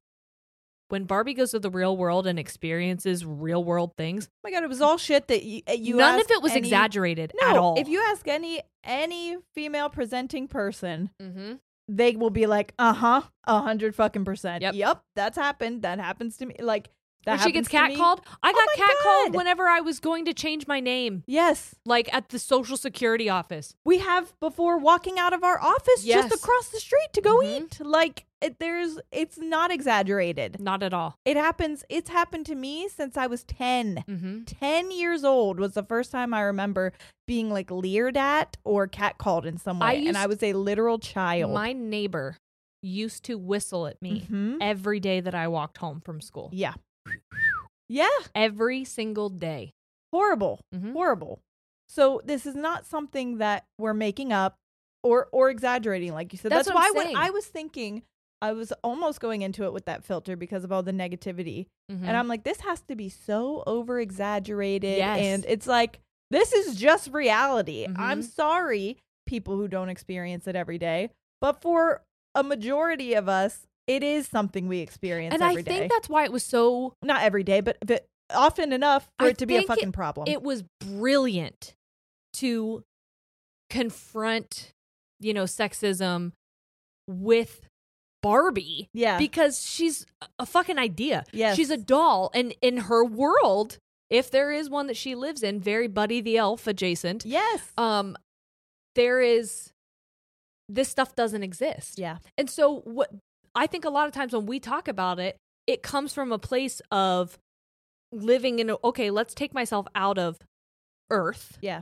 Speaker 2: when Barbie goes to the real world and experiences real world things,
Speaker 1: Oh my god, it was all shit that you, uh, you
Speaker 2: none
Speaker 1: ask
Speaker 2: of it was
Speaker 1: any-
Speaker 2: exaggerated
Speaker 1: No,
Speaker 2: at all.
Speaker 1: If you ask any any female presenting person
Speaker 2: mm-hmm.
Speaker 1: they will be like, uh huh, a hundred fucking percent.
Speaker 2: Yep.
Speaker 1: Yep. that's happened. That happens to me. Like that.
Speaker 2: When she gets
Speaker 1: happens to me.
Speaker 2: catcalled, I
Speaker 1: Oh
Speaker 2: got
Speaker 1: my
Speaker 2: catcalled
Speaker 1: God.
Speaker 2: whenever I was going to change my name,
Speaker 1: Yes,
Speaker 2: like at the social security office.
Speaker 1: we have before walking out of our office
Speaker 2: Yes.
Speaker 1: just across the street to go
Speaker 2: Mhm.
Speaker 1: eat. Like it, there's, it's not exaggerated.
Speaker 2: Not at all.
Speaker 1: It happens. It's happened to me since I was ten.
Speaker 2: Mm-hmm.
Speaker 1: 10 years old was the first time I remember being like leered at or catcalled in some way.
Speaker 2: I used-
Speaker 1: and I was a literal child.
Speaker 2: My neighbor used to whistle at me
Speaker 1: Mhm.
Speaker 2: every day that I walked home from school.
Speaker 1: Yeah. yeah.
Speaker 2: Every single day.
Speaker 1: horrible
Speaker 2: Mhm.
Speaker 1: horrible so this is not something that we're making up or or exaggerating like you said
Speaker 2: That's
Speaker 1: that's,
Speaker 2: what
Speaker 1: why
Speaker 2: I'm
Speaker 1: when
Speaker 2: saying.
Speaker 1: i was thinking I was almost going into it with that filter because of all the negativity.
Speaker 2: Mhm.
Speaker 1: And I'm like, this has to be so over exaggerated.
Speaker 2: Yes.
Speaker 1: And it's like, this is just reality. I'm
Speaker 2: Mhm.
Speaker 1: sorry, people who don't experience it every day. But for a majority of us, it is something we experience
Speaker 2: and I
Speaker 1: every day.
Speaker 2: think that's why it was so
Speaker 1: Not every day, but, but often enough for
Speaker 2: I
Speaker 1: it to be a
Speaker 2: think it-
Speaker 1: fucking problem.
Speaker 2: it was brilliant to confront you know sexism with Barbie
Speaker 1: yeah.
Speaker 2: because she's a- a fucking idea.
Speaker 1: Yes.
Speaker 2: She's a doll and in her world, if there is one that she lives in, very Buddy the Elf adjacent,
Speaker 1: yes.
Speaker 2: um there is this stuff doesn't exist.
Speaker 1: yeah.
Speaker 2: And so what I think a lot of times when we talk about it, it comes from a place of living in a, okay, let's take myself out of earth.
Speaker 1: Yeah.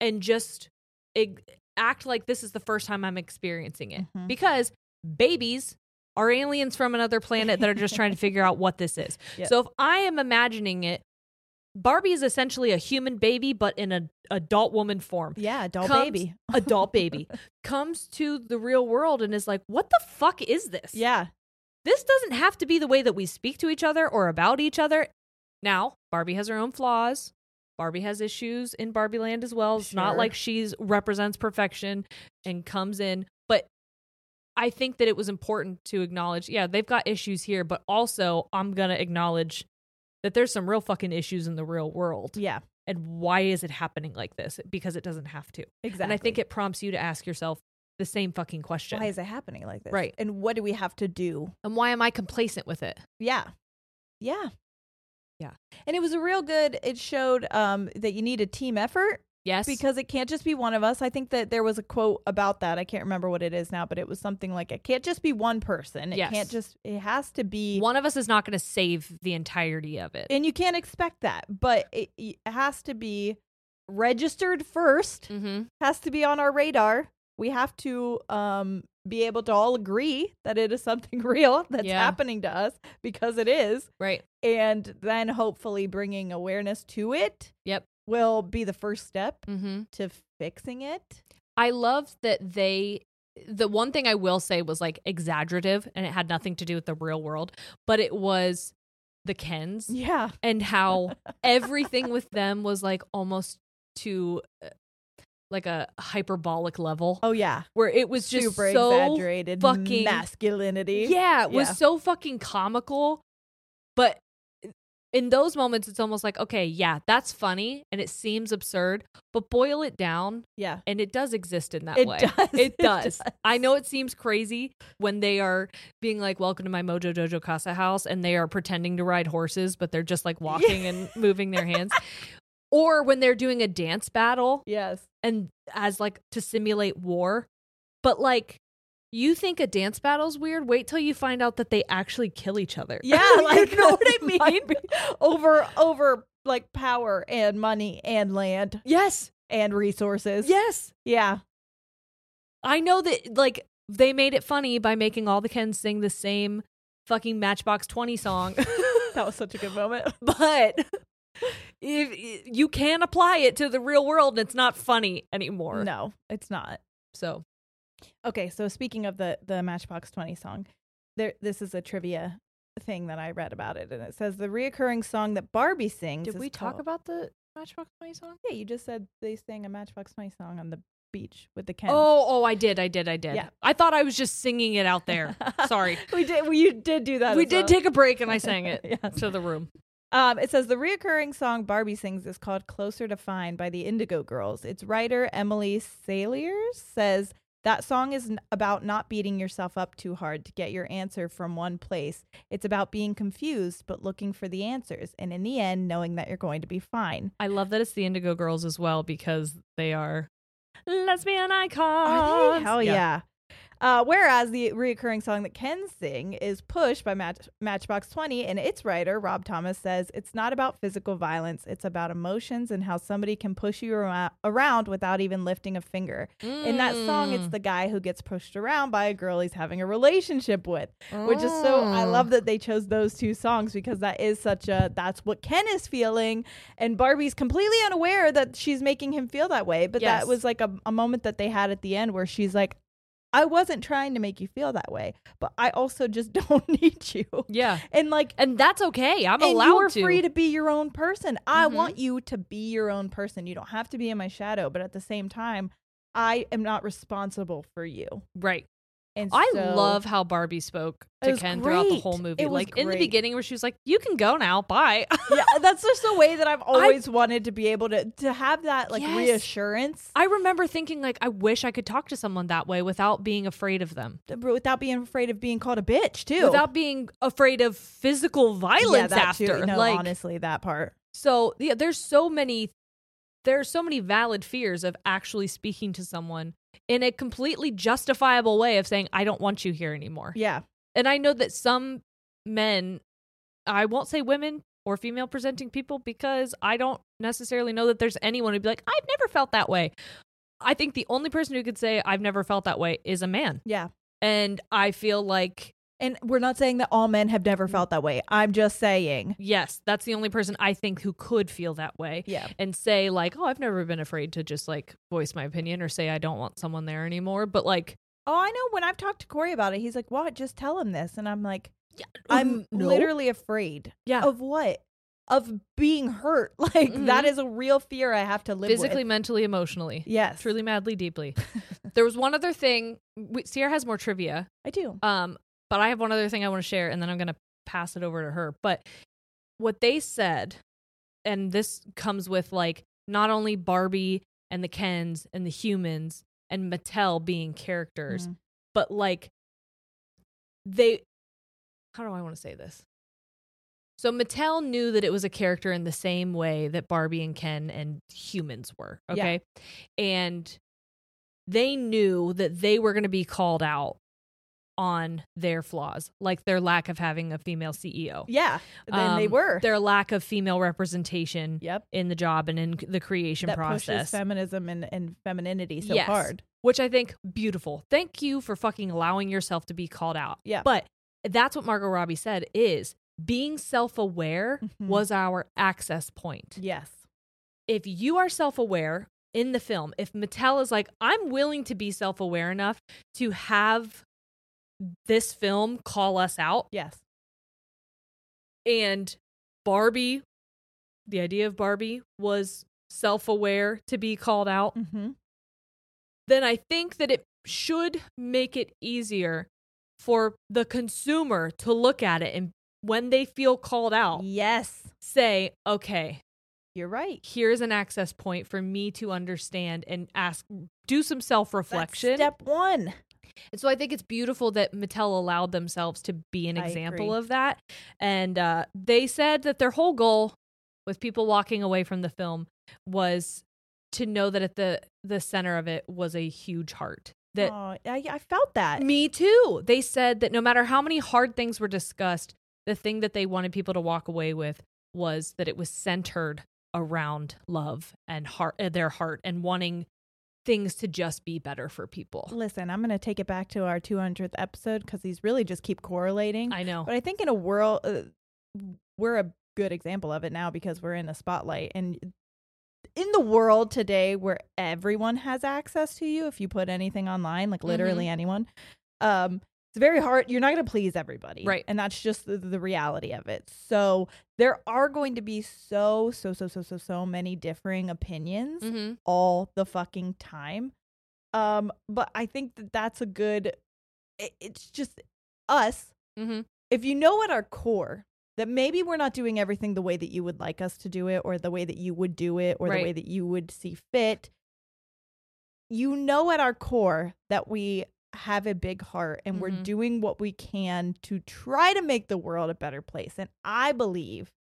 Speaker 2: And just ig- act like this is the first time I'm experiencing it.
Speaker 1: Mhm.
Speaker 2: Because babies are aliens from another planet that are just trying to figure out what this is.
Speaker 1: Yeah.
Speaker 2: So if I am imagining it, Barbie is essentially a human baby but in an adult woman form
Speaker 1: Yeah. Doll
Speaker 2: comes-
Speaker 1: baby.
Speaker 2: adult baby comes to the real world and is like, what the fuck is this?
Speaker 1: Yeah.
Speaker 2: This doesn't have to be the way that we speak to each other or about each other. Now, Barbie has her own flaws. Barbie has issues in Barbie land as well. It's not
Speaker 1: Sure.
Speaker 2: like she's represents perfection and comes in, but I think that it was important to acknowledge, yeah, they've got issues here, but also I'm going to acknowledge that there's some real fucking issues in the real world.
Speaker 1: Yeah.
Speaker 2: And why is it happening like this? Because it doesn't have to.
Speaker 1: Exactly.
Speaker 2: And I think it prompts you to ask yourself the same fucking question.
Speaker 1: why is it happening like this?
Speaker 2: Right.
Speaker 1: And what do we have to do?
Speaker 2: and why am I complacent with it?
Speaker 1: Yeah. Yeah.
Speaker 2: Yeah.
Speaker 1: And it was a real good it showed um that you need a team effort
Speaker 2: Yes.
Speaker 1: because it can't just be one of us. I think that there was a quote about that. I can't remember what it is now, but it was something like it can't just be one person. It
Speaker 2: Yes.
Speaker 1: can't just it has to be
Speaker 2: one of us is not going to save the entirety of it.
Speaker 1: and you can't expect that, but it, it has to be registered first.
Speaker 2: mm-hmm.
Speaker 1: has to be on our radar. We have to um, be able to all agree that it is something real that's
Speaker 2: Yeah.
Speaker 1: happening to us because it is.
Speaker 2: Right.
Speaker 1: And then hopefully bringing awareness to it
Speaker 2: Yep.
Speaker 1: will be the first step
Speaker 2: Mm-hmm.
Speaker 1: to fixing it.
Speaker 2: I love that they. The one thing I will say was like exaggerative, and it had nothing to do with the real world, but it was the Kens
Speaker 1: Yeah.
Speaker 2: and how everything with them was like almost to uh, like a hyperbolic level,
Speaker 1: Oh, yeah.
Speaker 2: where it was just
Speaker 1: Super
Speaker 2: so
Speaker 1: exaggerated
Speaker 2: fucking-
Speaker 1: masculinity.
Speaker 2: Yeah, it was
Speaker 1: Yeah.
Speaker 2: so fucking comical. But in those moments, it's almost like, okay, yeah, that's funny and it seems absurd, but boil it down
Speaker 1: Yeah.
Speaker 2: and it does exist in that
Speaker 1: It
Speaker 2: way.
Speaker 1: does.
Speaker 2: It does. I know it seems crazy when they are being like, welcome to my Mojo Dojo Casa house, and they are pretending to ride horses, but they're just like walking and moving their hands. Or when they're doing a dance battle
Speaker 1: Yes.
Speaker 2: and as like to simulate war. But like you think a dance battle's weird, wait till you find out that they actually kill each other.
Speaker 1: Yeah. Like,
Speaker 2: you know what I
Speaker 1: might
Speaker 2: mean?
Speaker 1: be over, over like power and money and land
Speaker 2: Yes.
Speaker 1: and resources.
Speaker 2: Yes.
Speaker 1: Yeah.
Speaker 2: I know that like they made it funny by making all the Kens sing the same fucking Matchbox 20 song.
Speaker 1: That was such a good moment.
Speaker 2: but if you can apply it to the real world and it's not funny anymore.
Speaker 1: No, it's not.
Speaker 2: So,
Speaker 1: Okay, so speaking of the the Matchbox Twenty song, there this is a trivia thing that I read about it, and it says the reoccurring song that Barbie sings.
Speaker 2: did
Speaker 1: is
Speaker 2: we talk
Speaker 1: called-
Speaker 2: about the Matchbox 20 song?
Speaker 1: Yeah, you just said they sang a Matchbox Twenty song on the beach with the Kens.
Speaker 2: Oh, oh, I did. I did. I did.
Speaker 1: Yeah.
Speaker 2: I thought I was just singing it out there. Sorry.
Speaker 1: we did. Well, you did do that.
Speaker 2: we
Speaker 1: as
Speaker 2: did
Speaker 1: well.
Speaker 2: take a break and I sang it
Speaker 1: Yes.
Speaker 2: to the room.
Speaker 1: Um, it says the reoccurring song Barbie sings is called "Closer to Fine" by the Indigo Girls. Its writer Emily Saliers says that song is n- about not beating yourself up too hard to get your answer from one place. It's about being confused but looking for the answers, and in the end, knowing that you're going to be fine.
Speaker 2: I love that it's the Indigo Girls as well because they are lesbian
Speaker 1: Are
Speaker 2: icons.
Speaker 1: they? Hell yeah. Uh, whereas the reoccurring song that Ken sing is "Push" by Match- Matchbox Twenty, and its writer Rob Thomas says it's not about physical violence; it's about emotions and how somebody can push you ar- around without even lifting a finger. In that song, it's the guy who gets pushed around by a girl he's having a relationship with, which is so. I
Speaker 2: Mm.
Speaker 1: love that they chose those two songs because that is such a. That's what Ken is feeling, and Barbie's completely unaware that she's making him feel that way. But
Speaker 2: Yes.
Speaker 1: that was like a, a moment that they had at the end where she's like, I wasn't trying to make you feel that way, but I also just don't need you.
Speaker 4: Yeah.
Speaker 1: And like
Speaker 2: And that's okay. I'm
Speaker 1: and
Speaker 2: allowed
Speaker 1: you are
Speaker 2: to.
Speaker 1: free to be your own person. I
Speaker 2: Mhm.
Speaker 1: want you to be your own person. You don't have to be in my shadow, but at the same time, I am not responsible for you.
Speaker 4: Right.
Speaker 1: And
Speaker 2: I
Speaker 1: so-
Speaker 2: love how Barbie spoke
Speaker 1: It
Speaker 2: to
Speaker 1: was
Speaker 2: Ken throughout the
Speaker 1: great.
Speaker 2: whole movie.
Speaker 1: It was
Speaker 2: like in the
Speaker 1: great.
Speaker 2: beginning where she was like, You can go now, bye.
Speaker 1: yeah, that's just a way that I've always wanted to be able to to have that like
Speaker 2: Yes.
Speaker 1: reassurance
Speaker 2: I remember thinking like I wish I could talk to someone that way without being afraid of them.
Speaker 1: but without being afraid of being called a bitch too.
Speaker 2: Without being afraid of physical
Speaker 1: yeah,
Speaker 2: violence
Speaker 1: that too.
Speaker 2: after.
Speaker 1: No,
Speaker 2: like
Speaker 1: honestly, that part.
Speaker 2: so yeah, there's so many there's so many valid fears of actually speaking to someone in a completely justifiable way of saying, I don't want you here anymore.
Speaker 1: Yeah,
Speaker 2: and I know that some men, I won't say women or female presenting people because I don't necessarily know that there's anyone who'd be like, I've never felt that way. I think the only person who could say, I've never felt that way is a man.
Speaker 1: yeah.
Speaker 2: And I feel like,
Speaker 1: And we're not saying that all men have
Speaker 2: Mm-hmm.
Speaker 1: never felt that way. I'm just saying.
Speaker 2: yes, that's the only person I think who could feel that way
Speaker 1: Yeah.
Speaker 2: and say, like, oh, I've never been afraid to just like voice my opinion or say, I don't want someone there anymore. But like,
Speaker 1: Oh, I know. When I've talked to Corey about it, he's like, "What? Just tell him this." And I'm like, "I'm
Speaker 2: Oh, no.
Speaker 1: literally afraid
Speaker 2: yeah,
Speaker 1: of what? Of being hurt. Like that is a real fear I have to live
Speaker 2: Mm-hmm. physically,
Speaker 1: with.
Speaker 2: mentally, emotionally.
Speaker 1: Yes,
Speaker 2: Truly, madly, deeply. there was one other thing. We, Sierra has more trivia,
Speaker 1: I do.
Speaker 2: um, but I have one other thing I want to share, and then I'm going to pass it over to her. But what they said, and this comes with like not only Barbie and the Kens and the humans and Mattel being characters,
Speaker 1: Mhm.
Speaker 2: but like they, how do I want to say this? So Mattel knew that it was a character in the same way that Barbie and Ken and humans were.
Speaker 1: Yeah.
Speaker 2: Okay. And they knew that they were going to be called out on their flaws, like their lack of having a female CEO,
Speaker 1: Yeah, then they
Speaker 2: Um,
Speaker 1: were.
Speaker 2: their lack of female representation
Speaker 1: Yep,
Speaker 2: in the job and in the creation
Speaker 1: that pushes
Speaker 2: process.
Speaker 1: feminism and, and femininity so
Speaker 2: Yes.
Speaker 1: hard.
Speaker 2: which I think beautiful. Thank you for fucking allowing yourself to be called out.
Speaker 1: Yeah.
Speaker 2: But that's what Margot Robbie said is being self-aware
Speaker 1: Mhm.
Speaker 2: was our access point.
Speaker 1: Yes,
Speaker 2: If you are self-aware in the film, if Mattel is like I'm willing to be self-aware enough to have this film call us out
Speaker 1: yes,
Speaker 2: and Barbie the idea of Barbie was self-aware to be called out
Speaker 1: mm-hmm.
Speaker 2: then I think that it should make it easier for the consumer to look at it and when they feel called out,
Speaker 1: yes.
Speaker 2: say, okay,
Speaker 1: You're right.
Speaker 2: here's an access point for me to understand and ask, do some self
Speaker 1: That's
Speaker 2: reflection.
Speaker 1: step one.
Speaker 2: And so I think it's beautiful that Mattel allowed themselves to be an
Speaker 1: I
Speaker 2: example
Speaker 1: agree.
Speaker 2: of that. And uh, they said that their whole goal with people walking away from the film was to know that at the, the center of it was a huge heart. That
Speaker 1: Aw, I, I felt that.
Speaker 2: Me too. They said that no matter how many hard things were discussed, the thing that they wanted people to walk away with was that it was centered around love and heart, uh, their heart, and wanting things to just be better for people.
Speaker 1: Listen, I'm going to take it back to our 200th episode because these really just keep correlating.
Speaker 2: I know.
Speaker 1: but I think in a world, uh, we're a good example of it now because we're in a spotlight. And in the world today where everyone has access to you, if you put anything online, like literally
Speaker 2: Mm-hmm.
Speaker 1: anyone, um, it's very hard. You're not going to please everybody.
Speaker 2: Right.
Speaker 1: And that's just the, the reality of it. So there are going to be so, so, so, so, so, so many differing opinions
Speaker 2: Mm-hmm.
Speaker 1: all the fucking time. Um, but I think that that's a good. It, it's just us.
Speaker 2: Mhm.
Speaker 1: If you know at our core that maybe we're not doing everything the way that you would like us to do it, or the way that you would do it, or
Speaker 2: Right.
Speaker 1: the way that you would see fit, you know at our core that we have a big heart and we're
Speaker 2: Mhm.
Speaker 1: doing what we can to try to make the world a better place. And I believe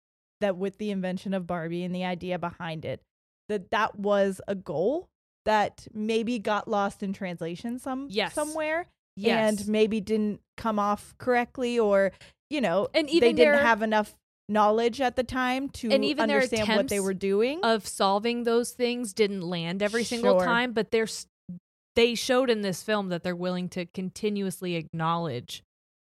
Speaker 1: that with the invention of Barbie and the idea behind it, that that was a goal that maybe got lost in translation some
Speaker 2: Yes.
Speaker 1: somewhere
Speaker 2: Yes.
Speaker 1: and maybe didn't come off correctly or you know
Speaker 2: And
Speaker 1: they
Speaker 2: even
Speaker 1: didn't
Speaker 2: their-
Speaker 1: have enough knowledge at the time to
Speaker 2: And even their
Speaker 1: understand what they
Speaker 2: attempts
Speaker 1: were doing
Speaker 2: of solving those things didn't land every single
Speaker 1: Sure.
Speaker 2: time, but there's they showed in this film that they're willing to continuously acknowledge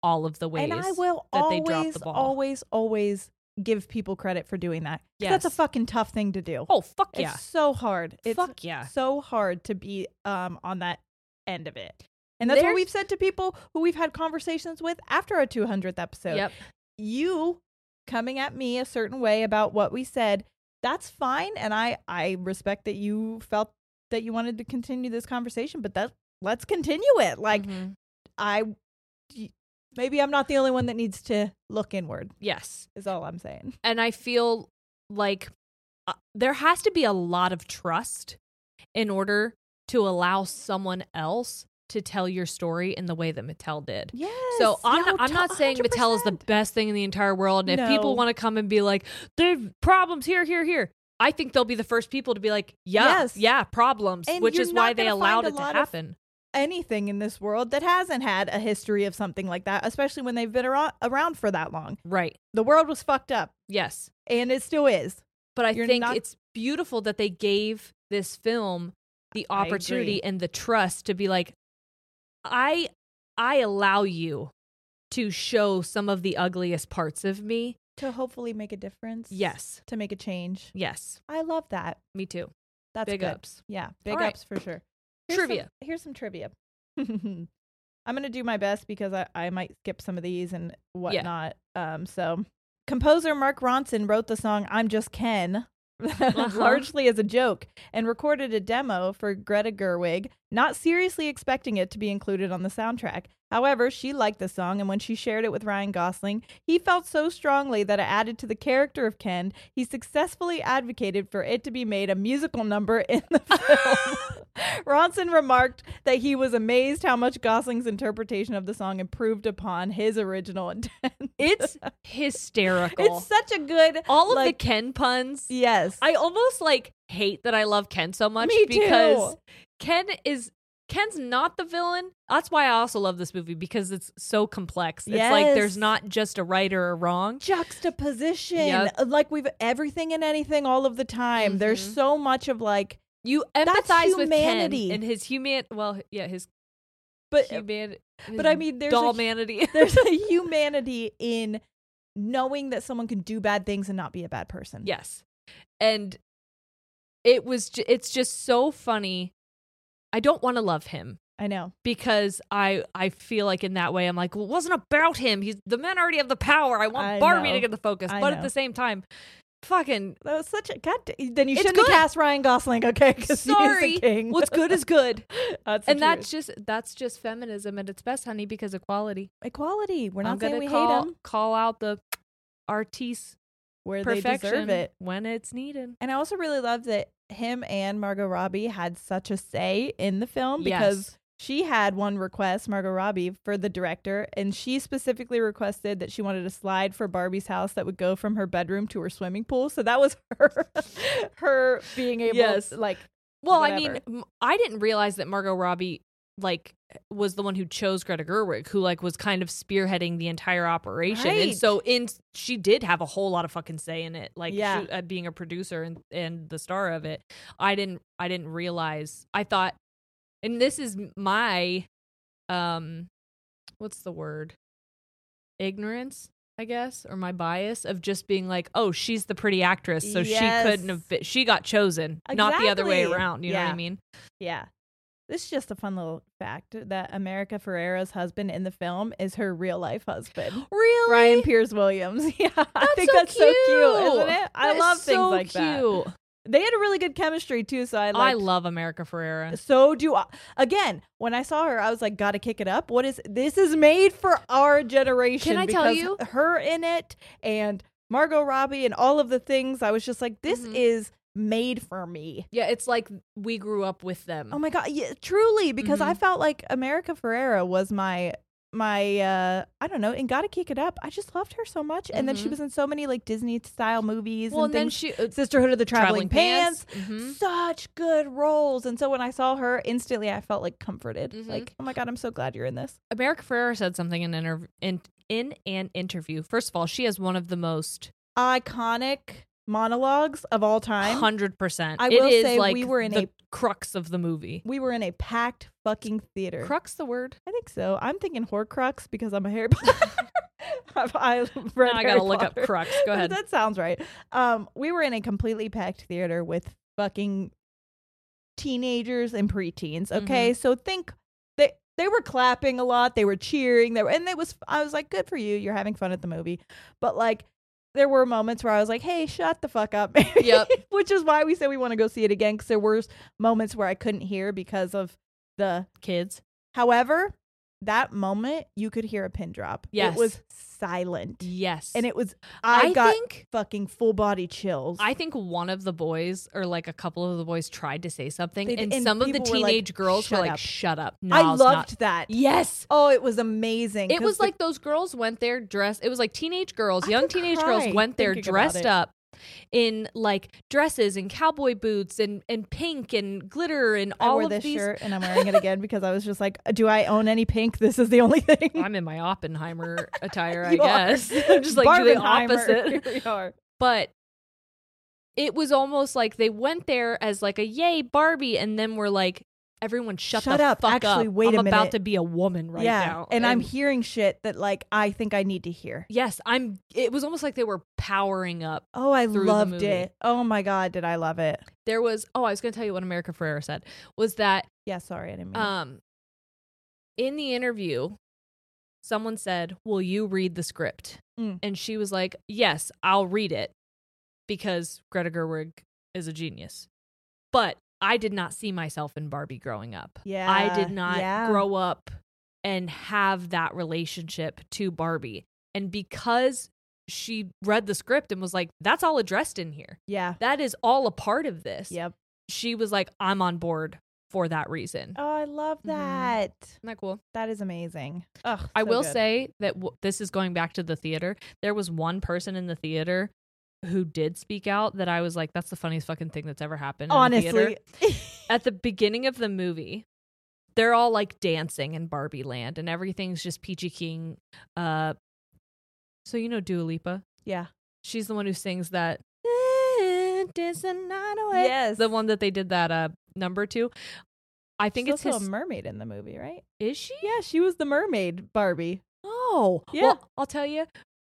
Speaker 2: all of the ways.
Speaker 1: and I will
Speaker 2: that they
Speaker 1: always
Speaker 2: dropped the ball.
Speaker 1: always always give people credit for doing that 'Cause that's a
Speaker 2: Yes.
Speaker 1: fucking tough thing to do
Speaker 2: oh fuck
Speaker 1: it's
Speaker 2: yeah,
Speaker 1: so hard it's
Speaker 2: fuck yeah.
Speaker 1: so hard to be um on that end of it And that's what
Speaker 2: There's-
Speaker 1: we've said to people who we've had conversations with after our 200th episode.
Speaker 2: Yep.
Speaker 1: You coming at me a certain way about what we said, that's fine and I I respect that you felt that you wanted to continue this conversation, but that let's continue it. Like
Speaker 2: Mhm.
Speaker 1: I y- maybe I'm not the only one that needs to look inward
Speaker 2: yes.
Speaker 1: is all I'm saying.
Speaker 2: And I feel like uh, there has to be a lot of trust in order to allow someone else to tell your story in the way that Mattel did.
Speaker 1: Yes.
Speaker 2: So I'm, not, I'm not saying Mattel is the best thing in the entire world. And
Speaker 1: No.
Speaker 2: if people want to come and be like, they've problems here, here, here, I think they'll be the first people to be like, yeah,
Speaker 1: Yes.
Speaker 2: yeah, problems,
Speaker 1: And
Speaker 2: which
Speaker 1: you're
Speaker 2: is why
Speaker 1: not
Speaker 2: they
Speaker 1: gonna
Speaker 2: allowed
Speaker 1: find a
Speaker 2: it to
Speaker 1: lot of-
Speaker 2: happen.
Speaker 1: anything in this world that hasn't had a history of something like that, especially when they've been aro- around for that long.
Speaker 2: right.
Speaker 1: The world was fucked up
Speaker 2: Yes.
Speaker 1: and it still is.
Speaker 2: But I
Speaker 1: You're
Speaker 2: think
Speaker 1: not-
Speaker 2: it's beautiful that they gave this film the
Speaker 1: I agree.
Speaker 2: opportunity and the trust to be like, I, I allow you to show some of the ugliest parts of me.
Speaker 1: To hopefully make a difference.
Speaker 2: Yes.
Speaker 1: To make a change.
Speaker 2: Yes.
Speaker 1: I love that.
Speaker 2: Me too.
Speaker 1: That's
Speaker 2: Big
Speaker 1: good.
Speaker 2: ups.
Speaker 1: Yeah. Big
Speaker 2: All right.
Speaker 1: ups for sure. some-
Speaker 2: Trivia.
Speaker 1: here's some trivia. I'm gonna do my best because I, I might skip some of these and whatnot. Um so composer Mark Ronson wrote the song I'm Just Ken largely as a joke and recorded a demo for Greta Gerwig, not seriously expecting it to be included on the soundtrack. However, she liked the song and when she shared it with Ryan Gosling, he felt so strongly that it added to the character of Ken. He successfully advocated for it to be made a musical number in the film. Ronson remarked that he was amazed how much Gosling's interpretation of the song improved upon his original intent.
Speaker 2: It's hysterical.
Speaker 1: It's such a good
Speaker 2: all of
Speaker 1: like-
Speaker 2: the Ken puns.
Speaker 1: yes.
Speaker 2: I almost like hate that I love Ken so much
Speaker 1: Me too.
Speaker 2: because Ken is Ken's not the villain. That's why I also love this movie because it's so complex. It's like
Speaker 1: Yes.
Speaker 2: there's not just a right or a wrong.
Speaker 1: juxtaposition
Speaker 2: Yep.
Speaker 1: like we've everything and anything all of the time there's
Speaker 2: Mhm.
Speaker 1: so much of like
Speaker 2: You
Speaker 1: That's
Speaker 2: empathize with Ken
Speaker 1: humanity.
Speaker 2: and his human. Well, yeah, his
Speaker 1: but uh,
Speaker 2: human.
Speaker 1: but i mean there's
Speaker 2: doll
Speaker 1: a,
Speaker 2: manity.
Speaker 1: there's a humanity in knowing that someone can do bad things and not be a bad person
Speaker 2: Yes. And it was ju- it's just so funny. I don't want to love him
Speaker 1: i know
Speaker 2: because I I feel like in that way I'm like well, it wasn't about him. He's the men already have the power. I want
Speaker 1: I
Speaker 2: Barbie
Speaker 1: know.
Speaker 2: to get the focus,
Speaker 1: I
Speaker 2: but
Speaker 1: know.
Speaker 2: at the same time, fucking
Speaker 1: that was such a god da- then you
Speaker 2: It's
Speaker 1: shouldn't have
Speaker 2: good.
Speaker 1: cast ryan gosling okay 'Cause he is the
Speaker 2: Sorry.
Speaker 1: king.
Speaker 2: what's good is good,
Speaker 1: that's the
Speaker 2: and that's
Speaker 1: truth.
Speaker 2: just that's just feminism at its best, honey, because equality.
Speaker 1: equality we're not
Speaker 2: I'm
Speaker 1: saying
Speaker 2: gonna
Speaker 1: we
Speaker 2: call
Speaker 1: hate them
Speaker 2: call out the artiste
Speaker 1: where they
Speaker 2: perfection
Speaker 1: deserve it
Speaker 2: when it's needed.
Speaker 1: and i also really love that him and margot robbie had such a say in the film because
Speaker 2: Yes.
Speaker 1: she had one request, Margot Robbie, for the director, and she specifically requested that she wanted a slide for Barbie's house that would go from her bedroom to her swimming pool. So that was her, her being able,
Speaker 2: Yes.
Speaker 1: like,
Speaker 2: Well, I
Speaker 1: whatever.
Speaker 2: mean, m- I didn't realize that Margot Robbie like was the one who chose Greta Gerwig, who like was kind of spearheading the entire operation,
Speaker 1: Right.
Speaker 2: and so in she did have a whole lot of fucking say in it, like
Speaker 1: Yeah.
Speaker 2: she- uh, being a producer and and the star of it. I didn't I didn't realize. I thought, and this is my, um, what's the word? Ignorance. I guess, or my bias of just being like, oh, she's the pretty actress, so
Speaker 1: Yes.
Speaker 2: she couldn't have. Been, she got chosen, not the other way
Speaker 1: Exactly.
Speaker 2: around. You know what
Speaker 1: Yeah.
Speaker 2: I mean?
Speaker 1: yeah. This is just a fun little fact that America Ferrera's husband in the film is her real life husband,
Speaker 2: Really?
Speaker 1: Ryan Pierce Williams. Yeah, I
Speaker 2: That's
Speaker 1: think
Speaker 2: so
Speaker 1: that's so cute,
Speaker 2: cute.
Speaker 1: isn't it? I
Speaker 2: That is
Speaker 1: love things
Speaker 2: so
Speaker 1: like that.
Speaker 2: cute.
Speaker 1: They had a really good chemistry too, so I,
Speaker 2: I
Speaker 1: liked
Speaker 2: love America Ferrera.
Speaker 1: So do I. Again, when I saw her, I was like, "Gotta kick it up." What is this? Is made for our generation.
Speaker 2: Can I tell
Speaker 1: because
Speaker 2: you?
Speaker 1: her in it and Margot Robbie and all of the things? I was just like, "This
Speaker 2: Mhm.
Speaker 1: is made for me."
Speaker 2: Yeah, it's like we grew up with them.
Speaker 1: Oh my god, yeah, truly, because
Speaker 2: Mm-hmm.
Speaker 1: I felt like America Ferrera was my my uh I don't know, and gotta kick it up. I just loved her so much, and then she
Speaker 2: Mhm.
Speaker 1: was in so many like Disney style movies
Speaker 2: well,
Speaker 1: and
Speaker 2: and
Speaker 1: things.
Speaker 2: then she uh,
Speaker 1: Sisterhood of the Traveling, Pants, Mm-hmm.
Speaker 2: Mhm.
Speaker 1: such good roles. And so when I saw her, instantly I felt like comforted.
Speaker 2: Mhm.
Speaker 1: Like, oh my God, I'm so glad you're in this.
Speaker 2: America Ferrera said something in an interv- in in an interview. First of all, she has one of the most
Speaker 1: Iconic monologues of all time.
Speaker 2: hundred percent.
Speaker 1: I
Speaker 2: It
Speaker 1: will
Speaker 2: is
Speaker 1: say
Speaker 2: like
Speaker 1: we were in
Speaker 2: the
Speaker 1: a-
Speaker 2: crux of the movie.
Speaker 1: we were in a packed fucking theater.
Speaker 2: Crux, the word.
Speaker 1: I think so. I'm thinking Horcrux because I'm a Harry Potter. I've, I read
Speaker 2: Now I
Speaker 1: Harry
Speaker 2: gotta look
Speaker 1: Potter.
Speaker 2: up crux. Go ahead.
Speaker 1: that sounds right. Um, we were in a completely packed theater with
Speaker 2: Mm-hmm.
Speaker 1: fucking teenagers and preteens. Okay, so think that they were clapping a lot, they were cheering, they were, and it was I was like, good for you, you're having fun at the movie, but like. There were moments where I was like, "Hey, shut the fuck up!"
Speaker 2: Yep.
Speaker 1: Which is why we said we want to go see it again because there were moments where I couldn't hear because of the
Speaker 2: Kids.
Speaker 1: However, that moment you could hear a pin drop.
Speaker 2: Yes.
Speaker 1: It was silent.
Speaker 2: Yes.
Speaker 1: And it was I, got
Speaker 2: think
Speaker 1: fucking full body chills.
Speaker 2: I think one of the boys or like a couple of the boys tried to say something,
Speaker 1: They did,
Speaker 2: and,
Speaker 1: and
Speaker 2: some of the
Speaker 1: people were like,
Speaker 2: teenage girls were
Speaker 1: "Shut
Speaker 2: like,
Speaker 1: up."
Speaker 2: "Shut up!" No,
Speaker 1: I
Speaker 2: it's
Speaker 1: loved
Speaker 2: not."
Speaker 1: that.
Speaker 2: Yes,
Speaker 1: Oh, it was amazing.
Speaker 2: it
Speaker 1: 'Cause
Speaker 2: was
Speaker 1: the-
Speaker 2: like those girls went there dressed. It was like teenage girls,
Speaker 1: I
Speaker 2: young
Speaker 1: could
Speaker 2: teenage
Speaker 1: cry
Speaker 2: girls went there
Speaker 1: thinking about
Speaker 2: dressed
Speaker 1: it.
Speaker 2: up in like dresses and cowboy boots and and pink and glitter and
Speaker 1: I
Speaker 2: all
Speaker 1: wore
Speaker 2: of
Speaker 1: this
Speaker 2: these.
Speaker 1: shirt and I'm wearing it again because I was just like, do I own any pink? This is the only thing.
Speaker 2: I'm in my Oppenheimer attire, I
Speaker 1: You are.
Speaker 2: guess. I'm just like do the
Speaker 1: Barbenheimer.
Speaker 2: opposite.
Speaker 1: Here we are.
Speaker 2: but it was almost like they went there as like a yay Barbie, and then we're like, everyone shut,
Speaker 1: Shut
Speaker 2: the
Speaker 1: up.
Speaker 2: fuck
Speaker 1: Actually,
Speaker 2: up.
Speaker 1: wait
Speaker 2: I'm
Speaker 1: a
Speaker 2: about
Speaker 1: minute."
Speaker 2: to be a woman right
Speaker 1: yeah.
Speaker 2: now,
Speaker 1: And, I'm hearing shit that like I think I need to hear.
Speaker 2: yes, I'm. It was almost like they were powering up.
Speaker 1: Oh, I
Speaker 2: Through the
Speaker 1: loved
Speaker 2: movie.
Speaker 1: it. Oh my god, did I love it?
Speaker 2: There was oh, I was gonna tell you what America Ferrera said was that
Speaker 1: Yeah, sorry, I didn't mean.
Speaker 2: um in the interview someone said, "Will you read the script?"
Speaker 1: Mm.
Speaker 2: And she was like, "Yes, I'll read it because Greta Gerwig is a genius." But I did not see myself in Barbie growing up.
Speaker 1: yeah.
Speaker 2: I did not
Speaker 1: Uh, yeah.
Speaker 2: grow up and have that relationship to Barbie. And because she read the script and was like, that's all addressed in here.
Speaker 1: Yeah.
Speaker 2: That is all a part of this.
Speaker 1: Yep.
Speaker 2: She was like, I'm on board for that reason.
Speaker 1: Oh, I love
Speaker 2: Mhm.
Speaker 1: that.
Speaker 2: Isn't that cool?
Speaker 1: That is amazing. Ugh,
Speaker 2: I
Speaker 1: so
Speaker 2: will
Speaker 1: good.
Speaker 2: say that w- this is going back to the theater. There was one person in the theater who did speak out that I was like, that's the funniest fucking thing that's ever happened. in a theater."
Speaker 1: honestly,
Speaker 2: at the beginning of the movie, they're all like dancing in Barbie land and everything's just peachy keen. Uh, so you know Dua Lipa?
Speaker 1: Yeah.
Speaker 2: She's the one who sings that dance the night away.
Speaker 1: yes.
Speaker 2: The one that they did that uh number to. I think
Speaker 1: She's
Speaker 2: it's
Speaker 1: also
Speaker 2: his
Speaker 1: a mermaid in the movie, right?
Speaker 2: is she?
Speaker 1: Yeah, she was the mermaid Barbie.
Speaker 2: Oh.
Speaker 1: Yeah.
Speaker 2: Well, I'll tell you.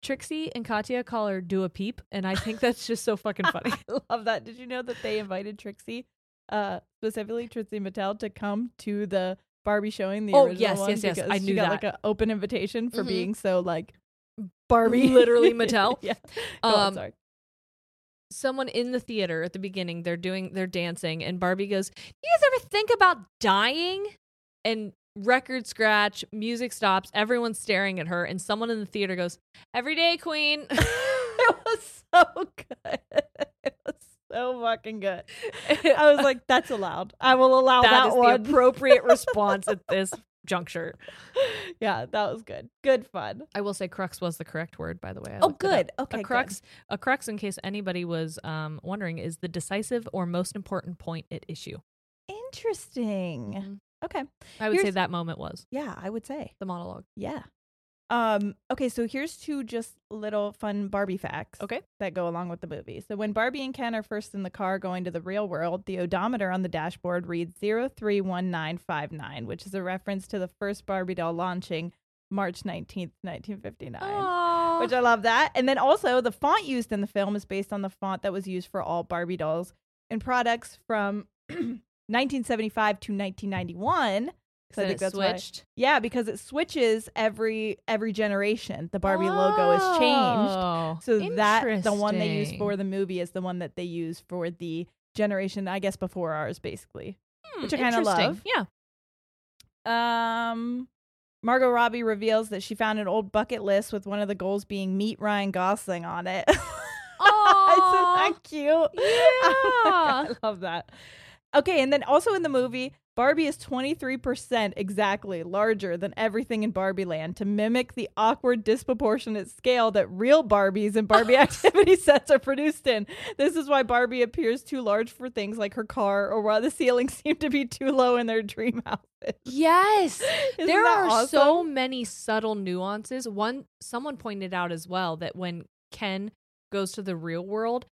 Speaker 2: Trixie and Katya call her Dua Peep, and I think that's just so fucking funny.
Speaker 1: I love that. Did you know that they invited Trixie, uh, specifically Trixie Mattel, to come to the Barbie showing? The
Speaker 2: Oh,
Speaker 1: original
Speaker 2: yes,
Speaker 1: one,
Speaker 2: yes, yes.
Speaker 1: because
Speaker 2: I
Speaker 1: she
Speaker 2: knew
Speaker 1: got
Speaker 2: that.
Speaker 1: like an open invitation for
Speaker 2: Mhm.
Speaker 1: being so like Barbie,
Speaker 2: Literally Mattel.
Speaker 1: yeah. Go on,
Speaker 2: Um,
Speaker 1: sorry.
Speaker 2: someone in the theater at the beginning they're doing they're dancing and barbie goes you guys ever think about dying and record scratch music stops everyone's staring at her and someone in the theater goes every day queen
Speaker 1: it was so good. It was so fucking good. I was like, that's allowed. I will allow that,
Speaker 2: that is
Speaker 1: one.
Speaker 2: the appropriate response at this juncture
Speaker 1: yeah, that was good. Good fun.
Speaker 2: i will say crux was the correct word by the way I
Speaker 1: Oh,
Speaker 2: looked it up.
Speaker 1: good. Okay,
Speaker 2: a
Speaker 1: good.
Speaker 2: crux a crux in case anybody was um, wondering is the decisive or most important point at issue
Speaker 1: Interesting.
Speaker 2: Mm-hmm.
Speaker 1: Okay.
Speaker 2: i would
Speaker 1: Here's-
Speaker 2: say that moment was
Speaker 1: Yeah, I would say.
Speaker 2: the monologue
Speaker 1: Yeah. Um, okay, so here's two just little fun Barbie facts.
Speaker 2: Okay.
Speaker 1: That go along with the movie. So when Barbie and Ken are first in the car going to the real world, the odometer on the dashboard reads 031959, which is a reference to the first Barbie doll launching March 19th, 1959.
Speaker 2: Aw.
Speaker 1: which I love that. And then also the font used in the film is based on the font that was used for all Barbie dolls and products from 1975 to 1991. So I
Speaker 2: Then
Speaker 1: think
Speaker 2: it
Speaker 1: that's why-
Speaker 2: switched
Speaker 1: Yeah, because it switches every every generation. The Barbie logo is
Speaker 2: Oh,
Speaker 1: changed. So that the one they use for the movie is the one that they use for the generation I guess before ours basically. which I kinda
Speaker 2: Hmm, interesting.
Speaker 1: love.
Speaker 2: Yeah.
Speaker 1: Um, Margot Robbie reveals that she found an old bucket list with one of the goals being meet Ryan Gosling on it. Isn't that
Speaker 2: Aw.
Speaker 1: cute? Yeah, I love that. Okay, and then also in the movie, Barbie is 23% exactly larger than everything in Barbie Land to mimic the awkward, disproportionate scale that real Barbies and Barbie activity sets are produced in. This is why Barbie appears too large for things like her car or why the ceilings seem to be too low in their dream outfit.
Speaker 2: Yes.
Speaker 1: Isn't
Speaker 2: there
Speaker 1: that
Speaker 2: are so
Speaker 1: awesome?
Speaker 2: many subtle nuances. One someone pointed out as well that when Ken goes to the real world,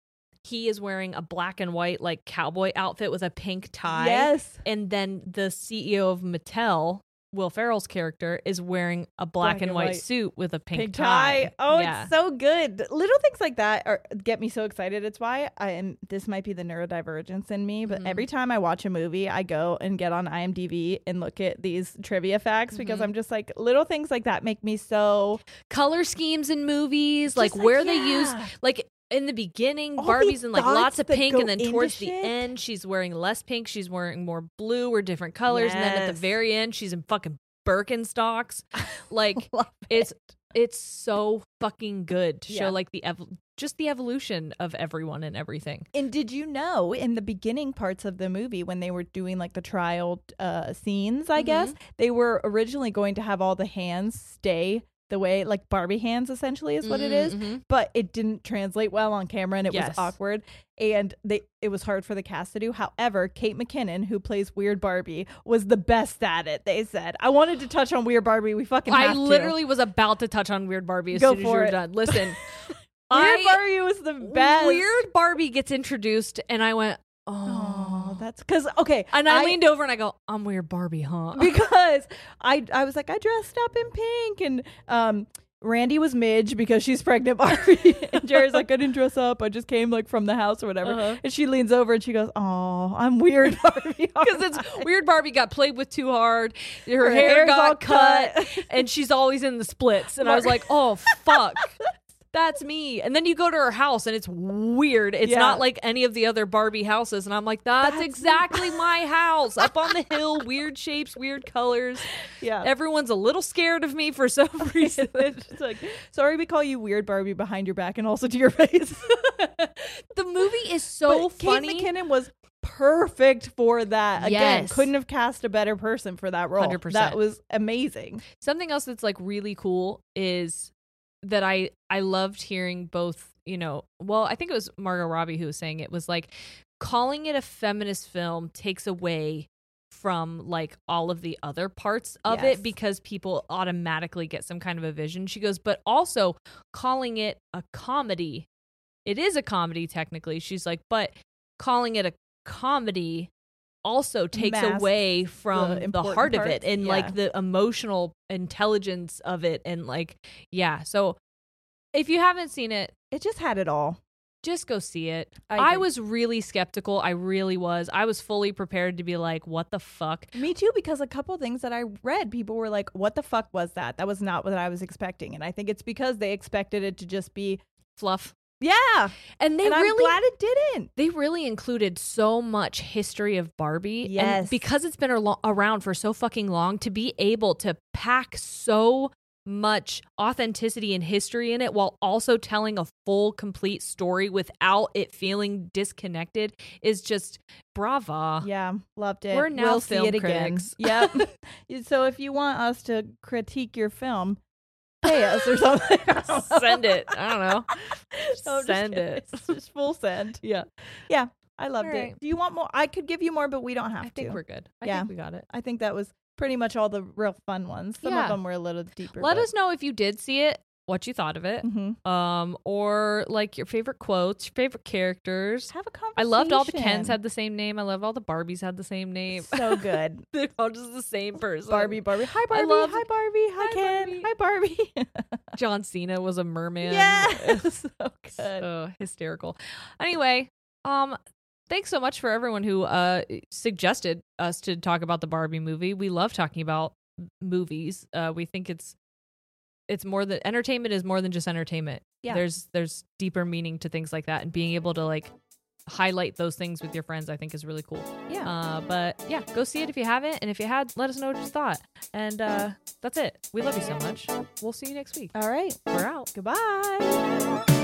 Speaker 2: he is wearing a black and white like cowboy outfit with a pink tie.
Speaker 1: Yes.
Speaker 2: And then the CEO of E Mattel Will Ferrell's character is wearing a black, and white, suit with a pink,
Speaker 1: Pink tie. Oh,
Speaker 2: yeah.
Speaker 1: it's so good. Little things like that are, get me so excited. It's why I am. This might be the neurodivergence in me, but
Speaker 2: Mhm.
Speaker 1: every time I watch a movie, I go and get on IMDb and look at these trivia facts because
Speaker 2: Mhm.
Speaker 1: I'm just like little things like that make me so
Speaker 2: color schemes in movies,
Speaker 1: Just
Speaker 2: like,
Speaker 1: like,
Speaker 2: where they use
Speaker 1: yeah.
Speaker 2: like in the beginning,
Speaker 1: All
Speaker 2: Barbie's
Speaker 1: these
Speaker 2: in like lots
Speaker 1: thoughts
Speaker 2: of
Speaker 1: that
Speaker 2: pink,
Speaker 1: go
Speaker 2: and then
Speaker 1: into
Speaker 2: towards the
Speaker 1: shit.
Speaker 2: end, she's wearing less pink. She's wearing more blue or different colors, and then at the
Speaker 1: Yes.
Speaker 2: very end, she's in fucking Birkenstocks. Like it's it's so fucking good to
Speaker 1: Yeah.
Speaker 2: show like the ev- just the evolution of everyone and everything.
Speaker 1: And did you know in the beginning parts of the movie when they were doing like the trial uh, scenes, I guess,
Speaker 2: Mm-hmm.
Speaker 1: they were originally going to have all the hands stay the way like Barbie hands essentially is what it is,
Speaker 2: Mhm.
Speaker 1: but it didn't translate well on camera and it
Speaker 2: Yes.
Speaker 1: was awkward and they it was hard for the cast to do. However, Kate McKinnon who plays Weird Barbie was the best at it. They said, "I wanted to touch on Weird Barbie. We fucking
Speaker 2: I
Speaker 1: have to."
Speaker 2: literally was about to touch on Weird Barbie as
Speaker 1: Go
Speaker 2: soon as
Speaker 1: for
Speaker 2: you were
Speaker 1: it.
Speaker 2: done. Listen,
Speaker 1: Weird
Speaker 2: I-
Speaker 1: Barbie was the best.
Speaker 2: Weird Barbie gets introduced, and I went, oh,
Speaker 1: Oh, that's cuz okay.
Speaker 2: And I, leaned over and I go, I'm weird Barbie, huh?
Speaker 1: because I I was like I dressed up in pink and um Randy was Midge because she's pregnant Barbie and Jerry's like I didn't dress up I just came like from the house or whatever
Speaker 2: Uh-huh.
Speaker 1: and she leans over and she goes oh I'm weird Barbie
Speaker 2: Because it's weird Barbie got played with too hard. Her,
Speaker 1: Her
Speaker 2: hair
Speaker 1: hair's all
Speaker 2: got cut,
Speaker 1: cut.
Speaker 2: and she's always in the splits. And I was
Speaker 1: Mar-
Speaker 2: like, oh, fuck. That's me. And then you go to her house and it's weird. It's
Speaker 1: Yeah.
Speaker 2: not like any of the other Barbie houses. And I'm like, that's,
Speaker 1: That's-
Speaker 2: exactly my house. Up on the hill, weird shapes, weird colors.
Speaker 1: yeah
Speaker 2: Everyone's a little scared of me for some reason.
Speaker 1: it's like sorry we call you weird Barbie behind your back and also to your face
Speaker 2: the movie is so
Speaker 1: But
Speaker 2: funny.
Speaker 1: Kate McKinnon was perfect for that again
Speaker 2: Yes.
Speaker 1: couldn't have cast a better person for that role
Speaker 2: 100%.
Speaker 1: that was amazing
Speaker 2: something else that's like really cool is that I I loved hearing both, you know, well, I think it was Margot Robbie who was saying it was like calling it a feminist film takes away from like all of the other parts of
Speaker 1: Yes.
Speaker 2: it because people automatically get some kind of a vision. She goes, but also calling it a comedy. It is a comedy technically. She's like, but calling it a comedy also takes
Speaker 1: Masks
Speaker 2: away from the,
Speaker 1: important
Speaker 2: heart of it
Speaker 1: parts,
Speaker 2: and
Speaker 1: yeah.
Speaker 2: like the emotional intelligence of it and like yeah so if you haven't seen it
Speaker 1: it just had it all
Speaker 2: just go see it
Speaker 1: I
Speaker 2: i,
Speaker 1: agree.
Speaker 2: was really skeptical i really was i was fully prepared to be like what the fuck
Speaker 1: Me too, because a couple things that I read, people were like, "What the fuck was that? That was not what I was expecting." And I think it's because they expected it to just be,
Speaker 2: fluff
Speaker 1: yeah.
Speaker 2: and they
Speaker 1: and
Speaker 2: really
Speaker 1: I'm glad it didn't.
Speaker 2: they really included so much history of Barbie. and
Speaker 1: Yes.
Speaker 2: because it's been arlo- around for so fucking long, to be able to pack so much authenticity and history in it while also telling a full, complete story without it feeling disconnected is just brava.
Speaker 1: Yeah, loved it.
Speaker 2: We're now
Speaker 1: we'll
Speaker 2: film
Speaker 1: see it
Speaker 2: critics.
Speaker 1: again. Yep. so if you want us to critique your film, pay us or something. I don't know.
Speaker 2: Send it. I don't know.
Speaker 1: No, I'm just
Speaker 2: Send
Speaker 1: kidding.
Speaker 2: it.
Speaker 1: It's just full send.
Speaker 2: Yeah.
Speaker 1: Yeah, I loved
Speaker 2: All right.
Speaker 1: it. Do you want more? I could give you more, but we don't have
Speaker 2: I think
Speaker 1: to.
Speaker 2: we're good. I
Speaker 1: Yeah.
Speaker 2: think we got it.
Speaker 1: I think that was pretty much all the real fun ones. Some
Speaker 2: Yeah.
Speaker 1: of them were a little deeper.
Speaker 2: Let us know if you did see it, what you thought of it,
Speaker 1: hmm
Speaker 2: um, or like your favorite quotes, your favorite characters.
Speaker 1: Have a conversation.
Speaker 2: I loved all the Kens had the same name. I love all the Barbies had the same name.
Speaker 1: so good.
Speaker 2: They're all just the same person.
Speaker 1: Barbie, Barbie. Hi,
Speaker 2: I
Speaker 1: Barbie.
Speaker 2: loved-
Speaker 1: Hi, Barbie. Hi,
Speaker 2: Hi,
Speaker 1: Ken. Hi, Barbie.
Speaker 2: John Cena was a merman.
Speaker 1: yes. so good.
Speaker 2: So hysterical. Anyway, um, thanks so much for everyone who uh suggested us to talk about the Barbie movie. We love talking about m- movies. Uh, we think it's it's more than entertainment is more than just entertainment.
Speaker 1: Yeah.
Speaker 2: There's there's deeper meaning to things like that, and being able to like highlight those things with your friends, I think, is really cool.
Speaker 1: Yeah.
Speaker 2: Uh, but yeah, go see it if you haven't, and if you had, let us know what you thought. And uh, that's it. We love you so much. We'll see you next week.
Speaker 1: all right.
Speaker 2: We're out.
Speaker 1: Goodbye.